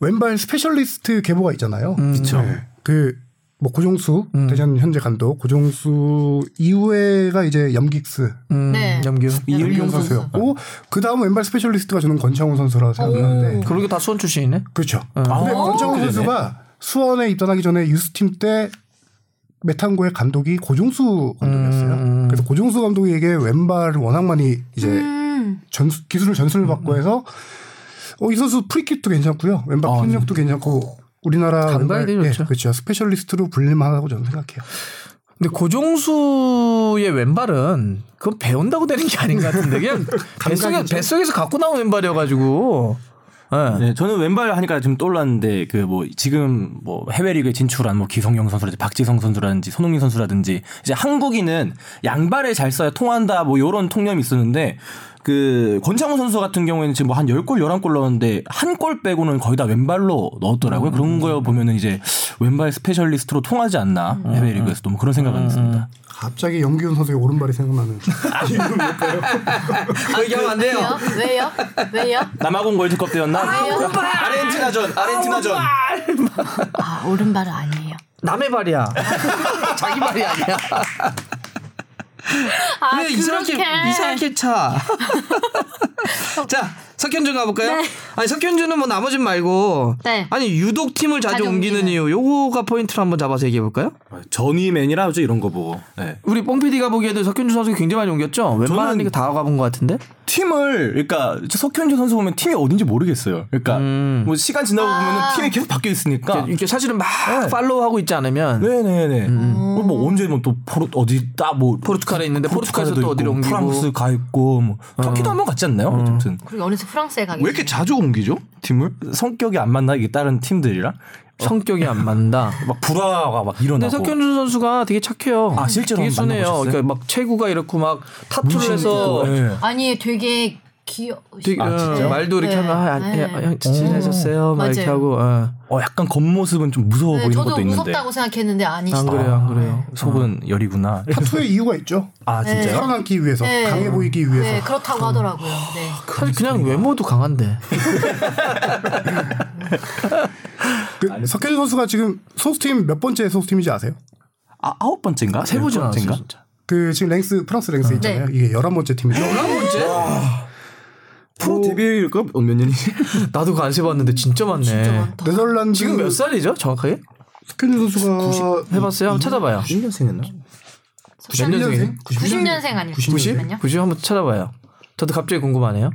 왼발 스페셜리스트 계보가 있잖아요. 음. 그렇죠. 그뭐 고종수 대전 현재 감독 고종수 이후에가 이제 염기스 음, 네. 염규. 아, 이윤경 선수였고 그 다음 왼발 스페셜리스트가 저는 권창훈 선수라고 생각하는데 그러고 다 수원 출신이네. 그렇죠. 근데 아, 권창훈 그러네. 선수가 수원에 입단하기 전에 유스팀 때 메탄고의 감독이 고종수 감독이었어요. 그래서 고종수 감독에게 왼발을 워낙 많이 이제 음. 전수, 기술을 전수를 받고 해서 어, 이 선수 프리킥도 괜찮고요. 왼발 폭력도 괜찮고 우리나라 간발이 왼발- 좋죠. 예, 그렇죠. 스페셜리스트로 불릴만하다고 저는 생각해요. 근데 고종수의 왼발은 그건 배운다고 되는 게 아닌 것 같은데 그냥 뱃속에, 뱃속에서 갖고 나온 왼발이어가지고. 예. 네, 저는 왼발 하니까 지금 떠올랐는데 그 뭐 지금 뭐 해외 리그에 진출한 뭐 기성용 선수라든지 박지성 선수라든지 손흥민 선수라든지 이제 한국인은 양발을 잘 써야 통한다 뭐 요런 통념이 있었는데 그 권창훈 선수 같은 경우에는 지금 뭐한 10골, 11골 넣었는데 한 골 빼고는 거의 다 왼발로 넣었더라고요. 그런 거 보면은 이제 왼발 스페셜리스트로 통하지 않나. 해외 리그에서도 뭐 그런 생각은 있습니다. 갑자기 염기훈 선수의 오른발이 생각나는. 아, 얘기하면 안 돼요. 왜요? 왜요? 왜요? 남아공 월드컵 때였나? 아르헨티나전, 아르헨티나전. 아 오른발은 아니에요. 남의 발이야. 자기 발이 아니야. 아 왜 이상하게 이상하게 차. 자 석현준 가볼까요? 네. 아니 석현준은 뭐 나머진 말고 네. 아니 유독 팀을 자주, 자주 옮기는, 옮기는. 이유 요거가 포인트를 한번 잡아서 얘기해 볼까요? 전위맨이라 하죠 이런 거 보고. 네. 우리 뽕 PD가 보기에도 석현준 선수 굉장히 많이 옮겼죠. 웬만한 저는- 리그 다 가본 것 같은데. 팀을 그러니까 석현준 선수 보면 팀이 어딘지 모르겠어요. 그러니까 뭐 시간 지나고 아. 보면 팀이 계속 바뀌어 있으니까. 음. 이렇게 사실은 막 팔로우하고 있지 않으면 네네네. 뭐 언제 뭐또 포르 어디 따뭐 포르투갈에 있는데 포르투갈에서 또 어디로 옮기고. 어. 프랑스 가 있고 뭐 터키도 한번 갔지 않나요? 아무튼 그리고 어느새 프랑스에 가게. 왜 이렇게 자주 옮기죠 팀을? 성격이 안 맞나 이게 다른 팀들이랑 성격이 안 맞는다. 막 불화가 막 근데 일어나고. 네, 석현준 선수가 되게 착해요. 아, 실제로 되게 한번 순해요. 만나보셨어요? 그러니까 막 체구가 이렇고 네. 막 타투를 문신 해서 있고, 예. 아니 되게 귀여. 되게, 어, 말도 이렇게 네. 하면 아, 안- 네. 야, 형 친해졌어요. 막 이렇게 맞아요. 하고 어. 어 약간 겉모습은 좀 무서워 네, 보이는 저도 것도 있는데. 무섭다고 생각했는데 안 아니시다. 그래요, 어. 안 그래요. 속은 열이구나. 타투의 이유가 있죠. 아 진짜요? 살아남기 위해서, 네. 강해 보이기 위해서. 네 그렇다고 하더라고요. 네. 사실 그냥 외모도 강한데. 그 석현준 선수가 지금 소수팀 몇 번째 소수팀인지 아세요? 아 아홉 번째인가? 세 번째나 열 번째인가? 왔어요, 진짜. 그 지금 랭스 프랑스 랭스 있잖아요. 네. 이게 열한 번째 팀이죠. 프로 데뷔일까? 그 몇 년이지? 나도 그거 안 세봤는데 진짜 많네. 그 네덜란드 지금 몇 살이죠, 정확하게? 석현준 선수가 해봤어요? 한번 찾아봐요. 90년생이었나? 몇 년생이에요? 90년생 아니에요? 90년생? 90년생요? 90 한번 찾아봐요. 저도 갑자기 궁금하네요.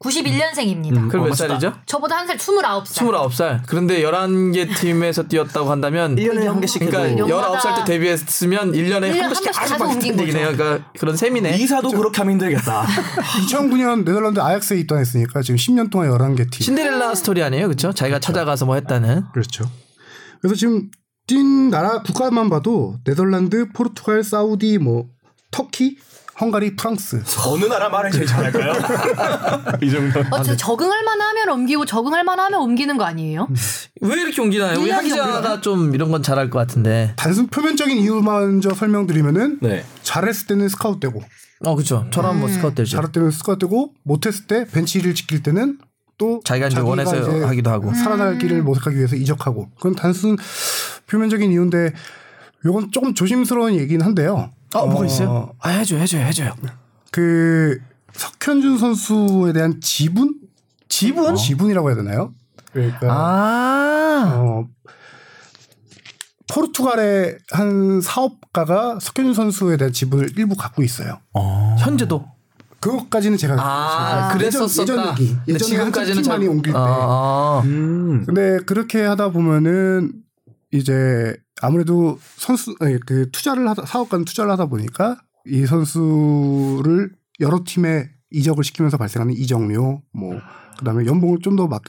91년생입니다. 그럼 어, 몇 맞다. 살이죠? 저보다 한 살 29살. 29살. 그런데 11개 팀에서 뛰었다고 한다면 1년에 한 개씩 그러니까 해도 영마다 19살 때 데뷔했으면 1년에 일년에 한 한 번씩 번씩 계속 가서 바뀌는 옮긴 얘기네요. 거죠. 그러니까 그런 셈이네. 이사도 그렇게 하면 힘들겠다. 2009년 네덜란드 아약스에 입단했으니까 지금 10년 동안 11개 팀. 신데렐라 스토리 아니에요, 그렇죠? 자기가 찾아가서 뭐 했다는. 그렇죠. 그래서 지금 뛴 나라 국가만 봐도 네덜란드, 포르투갈, 사우디, 뭐 터키, 헝가리, 프랑스. 어느 나라 말을 제일 잘할까요? 이 정도. 아, 네. 어쨌든 적응할 만하면 옮기고 적응할 만하면 옮기는 거 아니에요? 음. 왜 이렇게 옮기나요? 우리 일년이 학자가 좀 이런 건 잘할 것 같은데. 단순 표면적인 이유만 저 설명드리면은 네. 잘했을 때는 스카웃되고 어, 그렇죠. 저랑 뭐 스카우트 되죠. 잘할 때는 스카웃되고 못했을 때 벤치를 지킬 때는 또 자기가 이제 원해서 이제 하기도 하고. 살아날 길을 모색하기 위해서 이적하고 그건 단순 표면적인 이유인데 요건 조금 조심스러운 얘기긴 한데요. 아, 뭐가 있어요? 아, 해줘요, 해줘요, 해줘요. 그 석현준 선수에 대한 지분? 어, 지분? 지분이라고 해야 되나요? 그러니까 아, 어, 포르투갈의 한 사업가가 석현준 선수에 대한 지분을 일부 갖고 있어요. 현재도. 그것까지는 제가 아, 그랬었었다. 예전, 얘기. 근데 예전에 지금까지는 지금까지는 잘- 많이 옮길 때. 아, 아. 음. 근데 그렇게 하다 보면은 이제 아무래도 선수 아니, 그 투자를 하다 사업가는 투자를 하다 보니까 이 선수를 여러 팀에 이적을 시키면서 발생하는 이적료 뭐 그다음에 연봉을 좀 더 막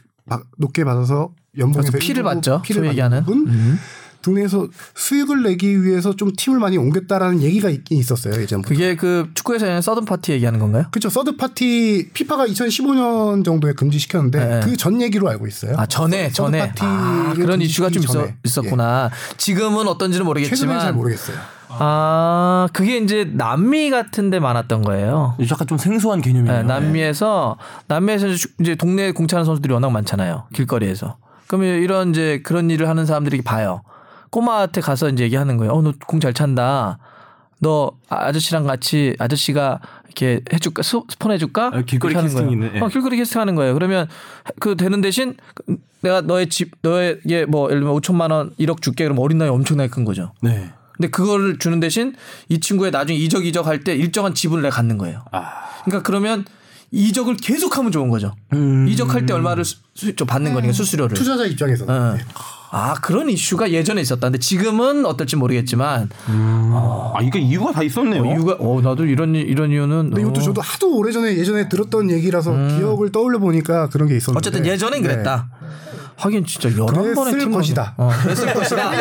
높게 받아서 연봉에서 그래서 피를 일부 받죠, 소위 얘기하는. 음. 부분 등에서 수익을 내기 위해서 좀 팀을 많이 옮겼다라는 얘기가 있긴 있었어요 예전부터. 그게 그 축구에서는 서든 파티 얘기하는 건가요? 그렇죠 서드 파티 피파가 2015년 정도에 금지시켰는데 네. 그 전 얘기로 알고 있어요. 아 전에 서드 전에 파티를 아, 그런 금지시키기 이슈가 좀 있어, 전에. 예. 있었구나. 지금은 어떤지는 최근에는 잘 모르겠지만 모르겠어요. 아 그게 이제 남미 같은데 많았던 거예요. 약간 좀 생소한 개념이네요. 네, 남미에서 남미에서 이제 주- 이제 동네에 공차하는 선수들이 워낙 많잖아요. 길거리에서. 그러면 이런 이제 그런 일을 하는 사람들이 이렇게 봐요. 꼬마한테 가서 이제 얘기하는 거예요. 어, 너 공 잘 찬다. 너 아- 아저씨랑 같이 아저씨가 이렇게 해줄까 스- 스폰 해줄까? 아, 길거리 그렇게 하는 거예요. 캐스팅이네. 예. 어, 길거리 캐스팅하는 거예요. 그러면 그 되는 대신 내가 너의 집 너에게 뭐 예를 들면 5천만 원 1억 줄게. 그럼 어린 나이 에 엄청나게 큰 거죠. 네. 근데 그거를 주는 대신 이 친구의 나중에 이적 이적 할 때 일정한 지분을 내가 갖는 거예요. 아. 그러니까 그러면 이적을 계속하면 좋은 거죠. 음. 이적할 때 얼마를 수, 수- 좀 받는 거니까 수수료를. 네. 투자자 입장에서 어. 아 그런 이슈가 예전에 있었다는데 지금은 어떨지 모르겠지만 아 이게 이유가 다 있었네요. 이유가 어 나도 이런 이- 이런 이유는 근데 이것도 어. 음. 저도 하도 오래전에 예전에 들었던 얘기라서 기억을 떠올려 보니까 그런 게 있었는데 어쨌든 예전엔 그랬다. 하긴 진짜 열한 번의 네. 그랬을 팀 것이다. 어, 그랬을 것이다.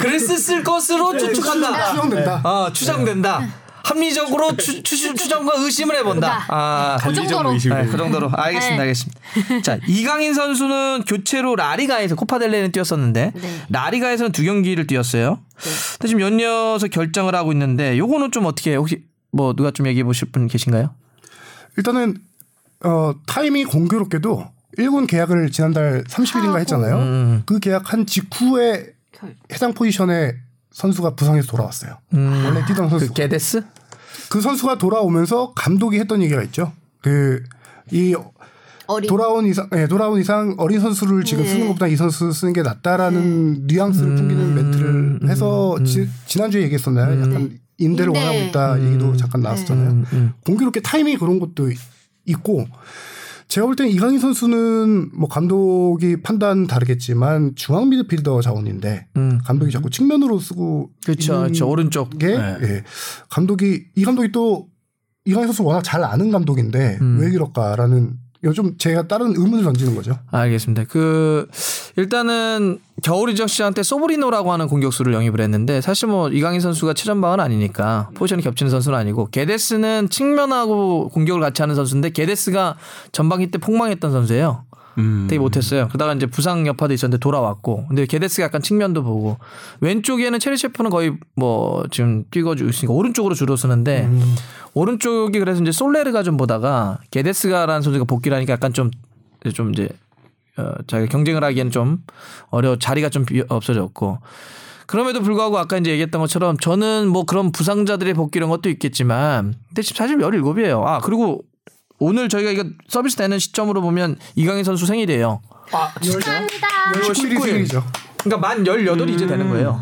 그랬을 것으로 네. 추측한다. 추정된다. 아 추정된다. 합리적으로 추, 추, 추정과 의심을 네. 해본다. 아, 그 정도로. 네, 그 정도로 알겠습니다, 네. 알겠습니다. 자 이강인 선수는 교체로 라리가에서 코파델레는 뛰었었는데 네. 라리가에서는 두 경기를 뛰었어요. 근데 지금 연이어서 결정을 하고 있는데 요거는 좀 어떻게 혹시 뭐 누가 좀 얘기해 보실 분 계신가요? 일단은 어, 타임이 공교롭게도 일본 계약을 지난달 30일인가 했잖아요. 음. 그 계약한 직후에 결- 해당 포지션에 선수가 부상해서 돌아왔어요. 원래 뛰던 선수. 그 게데스? 그 선수가 돌아오면서 감독이 했던 얘기가 있죠. 그 이 어린. 돌아온 이상, 예, 돌아온 이상 어린 선수를 지금 네. 쓰는 것보다 이 선수 쓰는 게 낫다라는 뉘앙스를 풍기는 멘트를 해서 지, 난주에 얘기했었나요? 약간 임대를 임대. 네. 원하고 있다 얘기도 잠깐 나왔었잖아요. 음, 공교롭게 타이밍이 그런 것도 있고 제가 볼 땐 이강인 선수는 뭐 감독이 판단 다르겠지만 중앙 미드필더 자원인데 감독이 자꾸 측면으로 쓰고 음. 그렇죠, 그렇죠. 오른쪽. 게 예. 감독이 이 감독이 또 이강인 선수 워낙 잘 아는 감독인데 음. 왜 이럴까라는 요즘 제가 다른 의문을 던지는 거죠. 알겠습니다. 그 일단은 겨울이적 시한테 소브리노라고 하는 공격수를 영입을 했는데 사실 뭐 이강인 선수가 최전방은 아니니까 포지션이 겹치는 선수는 아니고 게데스는 측면하고 공격을 같이 하는 선수인데 게데스가 전반기 때 폭망했던 선수예요. 음. 되게 못했어요. 그러다가 이제 부상 여파도 있었는데 돌아왔고, 근데 게데스가 약간 측면도 보고 왼쪽에는 체리셰프는 거의 뭐 지금 뛰어주고 있으니까 오른쪽으로 주로 쓰는데 오른쪽이 그래서 이제 솔레르가 좀 보다가 게데스가라는 선수가 복귀하니까 약간 좀 이제 좀 이제 어, 자기가 경쟁을 하기에는 좀 어려 자리가 좀 비- 없어졌고 그럼에도 불구하고 아까 이제 얘기했던 것처럼 저는 뭐 그런 부상자들의 복귀 이런 것도 있겠지만 근데 지금 사실 17이에요. 아 그리고 오늘 저희가 이거 서비스 되는 시점으로 보면 이강인 선수 생일이에요. 축하합니다. 19일이 네, 19일. 생일이죠. 그러니까 만 18이 이제 되는 거예요.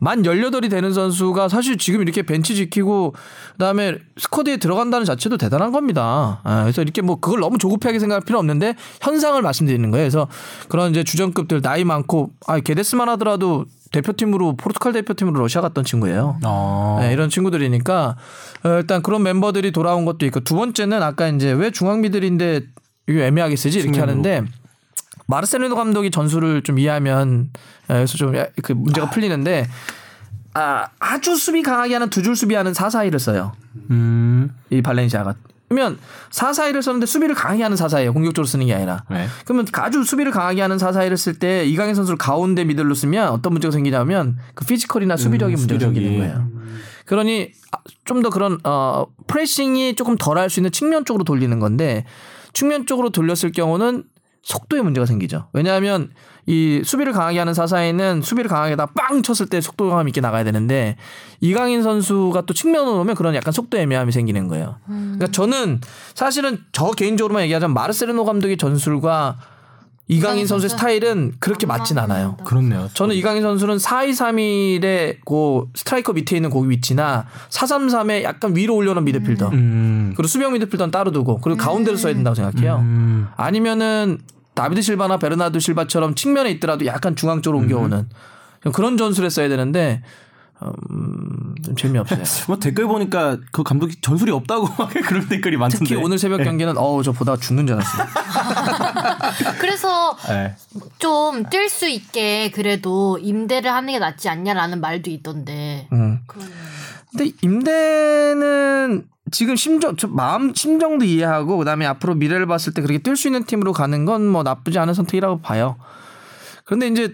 만 18이 되는 선수가 사실 지금 이렇게 벤치 지키고 그다음에 스쿼드에 들어간다는 자체도 대단한 겁니다. 아, 그래서 이렇게 뭐 그걸 너무 조급하게 생각할 필요 없는데 현상을 말씀드리는 거예요. 그래서 그런 이제 주전급들 나이 많고 아 게데스만 하더라도 대표팀으로 포르투갈 대표팀으로 러시아 갔던 친구예요. 어. 아, 네, 이런 친구들이니까 어, 일단 그런 멤버들이 돌아온 것도 있고 두 번째는 아까 이제 왜 중앙미들인데 이거 애매하게 쓰지 이렇게 하는데 마르셀리노 감독이 전술을 좀 이해하면 에, 그래서 좀 그 문제가 풀리는데 아, 아주 수비 강하게 하는 두 줄 수비하는 442를 써요. 음. 이 발렌시아가. 그러면 442를 썼는데 수비를 강하게 하는 442예요. 공격적으로 쓰는 게 아니라. 그러면 아주 수비를 강하게 하는 442를 쓸 때 이강인 선수를 가운데 미들로 쓰면 어떤 문제가 생기냐면 그 피지컬이나 수비력이 문제가 생기는 거예요. 그러니 아, 좀 더 그런 어 프레싱이 조금 덜 할 수 있는 측면 쪽으로 돌리는 건데 측면 쪽으로 돌렸을 경우는 속도에 문제가 생기죠. 왜냐하면 이 수비를 강하게 하는 사사에는 수비를 강하게 다빵 쳤을 때 속도감 있게 나가야 되는데 이강인 선수가 또 측면으로 오면 그런 약간 속도 애매함이 생기는 거예요. 그러니까 저는 사실은 저 개인적으로만 얘기하자면 마르세르노 감독의 전술과 이강인 이강인 선수의 선수? 스타일은 그렇게 맞진 않아요. 그렇네요. 저는 이강인 선수는 4-2-3-1의 그 스트라이커 밑에 있는 그 위치나 4-3-3의 약간 위로 올려놓은 미드필더. 음. 그리고 수비형 미드필더는 따로 두고 그리고 가운데를 써야 된다고 생각해요. 음. 아니면은 다비드 실바나 베르나르도 실바처럼 측면에 있더라도 약간 중앙 쪽으로 옮겨오는 그런 전술을 써야 되는데 음, 좀 재미없어요. 뭐 댓글 보니까 그 감독이 전술이 없다고 막 그런 댓글이 많던데. 특히 오늘 새벽 경기는 어우 저 보다가 죽는 줄 알았어요. 그래서 네. 좀 뛸 수 있게 그래도 임대를 하는 게 낫지 않냐라는 말도 있던데. 음. 근데 임대는 지금 심정 저 마음 심정도 이해하고 그다음에 앞으로 미래를 봤을 때 그렇게 뛸 수 있는 팀으로 가는 건 뭐 나쁘지 않은 선택이라고 봐요. 그런데 이제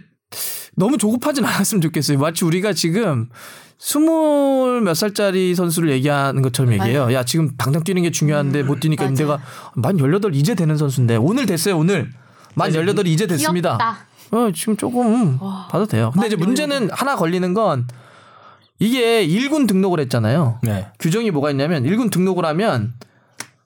너무 조급하진 않았으면 좋겠어요. 마치 우리가 지금 스물 몇 살짜리 선수를 얘기하는 것처럼 얘기해요. 야 지금 당장 뛰는 게 중요한데 못 뛰니까 음, 맞아요. 임대가 만 열여덟 이제 되는 선수인데 오늘 됐어요 오늘 만 열여덟 이제 됐습니다. 네, 귀엽다. 어, 지금 조금 봐도 돼요. 근데 이제 문제는 하나 걸리는 건 이게 1군 등록을 했잖아요. 네. 규정이 뭐가 있냐면 1군 등록을 하면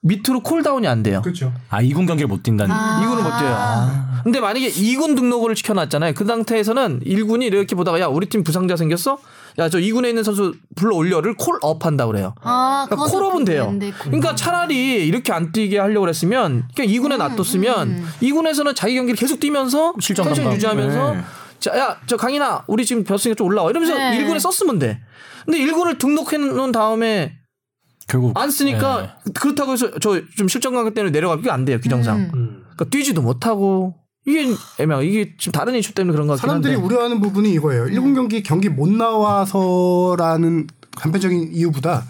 밑으로 콜다운이 안 돼요. 그렇죠. 아 이군 경기를 못 뛴다는. 아. 2군은 못 돼요. 근데 만약에 2군 등록을 시켜놨잖아요. 그 상태에서는 1군이 이렇게 보다가 야 우리 팀 부상자 생겼어? 야 저 2군에 있는 선수 불러 올려를 콜업 한다 그래요. 아, 그러니까 그것도 콜업은 돼요. 근데 그- 그러니까 차라리 이렇게 안 뛰게 하려고 했으면 그냥 2군에 놔뒀으면 이 2군에서는 자기 경기를 계속 뛰면서 실점 텐션 담당. 유지하면서 네. 자, 야, 저 강인아, 우리 지금 벼슬이가 좀 올라와. 이러면서 네. 1군에 썼으면 돼. 근데 1군을 등록해 놓은 다음에 결국 네. 안 쓰니까 그렇다고 해서 저 좀 실전 관계 때문에 내려가 그게 안 돼요, 규정상. 그러니까 뛰지도 못하고 이게 애매하 이게 지금 다른 이슈 때문에 그런 것 같긴 한데. 음. 사람들이 우려하는 부분이 이거예요. 일본 경기 경기 못 나와서라는 간편적인 이유보다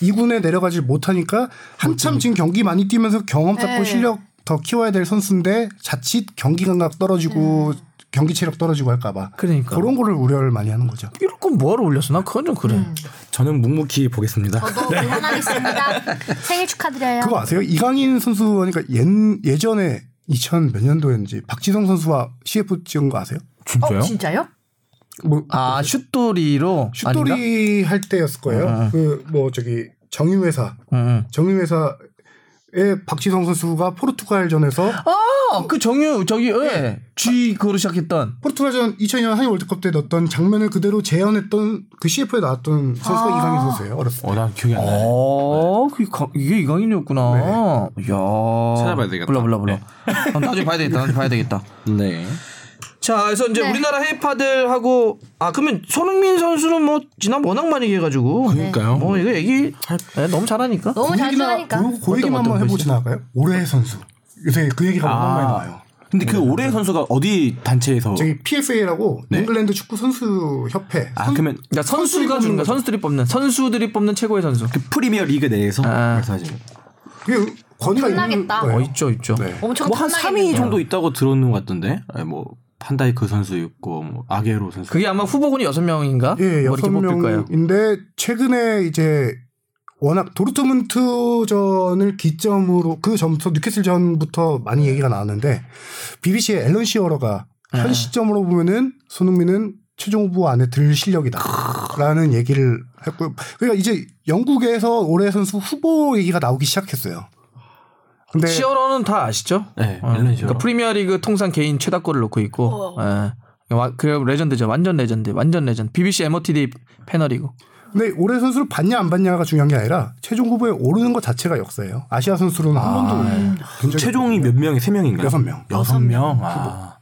2군에 내려가지 못하니까 그렇죠. 한참 지금 경기 많이 뛰면서 경험 쌓고 네. 실력 더 키워야 될 선수인데 자칫 경기 감각 떨어지고 경기 체력 떨어지고 할까봐 그러니까. 그런 거를 우려를 많이 하는 거죠. 이럴 건 뭐하러 올렸어? 난 그건 좀 그래. 저는 묵묵히 어, 보겠습니다. 저도 응원하겠습니다. 생일 축하드려요. 그거 아세요? 이강인 선수 하니까 옛, 예전에 2000 몇 년도였는지 박지성 선수와 CF 찍은 거 아세요? 진짜요? 어, 진짜요? 뭐 아 슛돌이로 아닌가? 아, 슛돌이 할 때였을 거예요. 그 뭐 저기 정유회사 응. 정유회사에 박지성 선수가 포르투갈전에서 아, 그 정유 저기 예. G 그로 시작했던 포르투갈전 2002년 한일 월드컵 때 넣었던 장면을 그대로 재현했던 그 CF에 나왔던 아. 선수가 이강인 선수예요. 어렸을 때. 어, 난 기억이 안 나네. 어, 그게 가- 이게 이강인이었구나. 이야. 찾아봐야 되겠다. 몰라, 몰라, 몰라. 네. 아, 나중에 봐야 되겠다. 나중에 봐야 되겠다. 네. 자, 그래서 이제 네. 우리나라 해파들하고 아 그러면 손흥민 선수는 뭐 지난 워낙 많이 얘기해가지고 그러니까요. 뭐 이거 얘기 네, 너무 잘하니까. 너무 그 잘 얘기나- 좋아하니까. 그, 그 얘기만 어떤 아. 한번 해보지 나갈까요? 올해의 선수. 요새 그 얘기가 워낙 많이 나와요. 아. 근데 그 올해 선수가 어디 단체에서 저기 PFA라고 네. 잉글랜드 축구 선수 협회 아 그러면 그러니까 선수가 주는 거, 선수들이 뽑는 선수들이 뽑는 최고의 선수. 그 프리미어 리그 내에서 아. 말씀하시는 그게 권위가 있는 탐나겠다. 어 거예요. 있죠, 있죠. 네. 엄청 뭐한 탐나겠네요. 3위 정도 있다고 들었는 것 같던데. 아니, 뭐 판다이크 선수 있고 뭐 아게로 선수. 그게 아마 후보군이 여섯 명인가? 예, 뭐 이렇게 여섯 뽑힐 거예요. 명인데 최근에 이제 워낙 도르트문트전을 기점으로 그 전부터 뉴캐슬 전부터 많이 얘기가 나왔는데 BBC의 앨런 시어러가 예. 현 시점으로 보면은 손흥민은 최종 후보 안에 들 실력이다라는 얘기를 했고요. 그러니까 이제 영국에서 올해 선수 후보 얘기가 나오기 시작했어요. 근데 시어러는 다 아시죠? 네, 어, 앨런 시어러. 그러니까 프리미어리그 통산 개인 최다골을 놓고 있고. 예. 와- 그래 레전드죠. 완전 레전드. 완전 레전드. BBC MOTD 패널이고. 근데 올해 선수를 봤냐 안 봤냐가 중요한 게 아니라 최종 후보에 오르는 것 자체가 역사예요. 아시아 선수로는 한 번도 네. 그 본 적이 최종이 몇 명이 세 명인가요? 여섯 명. 여섯 명. 아.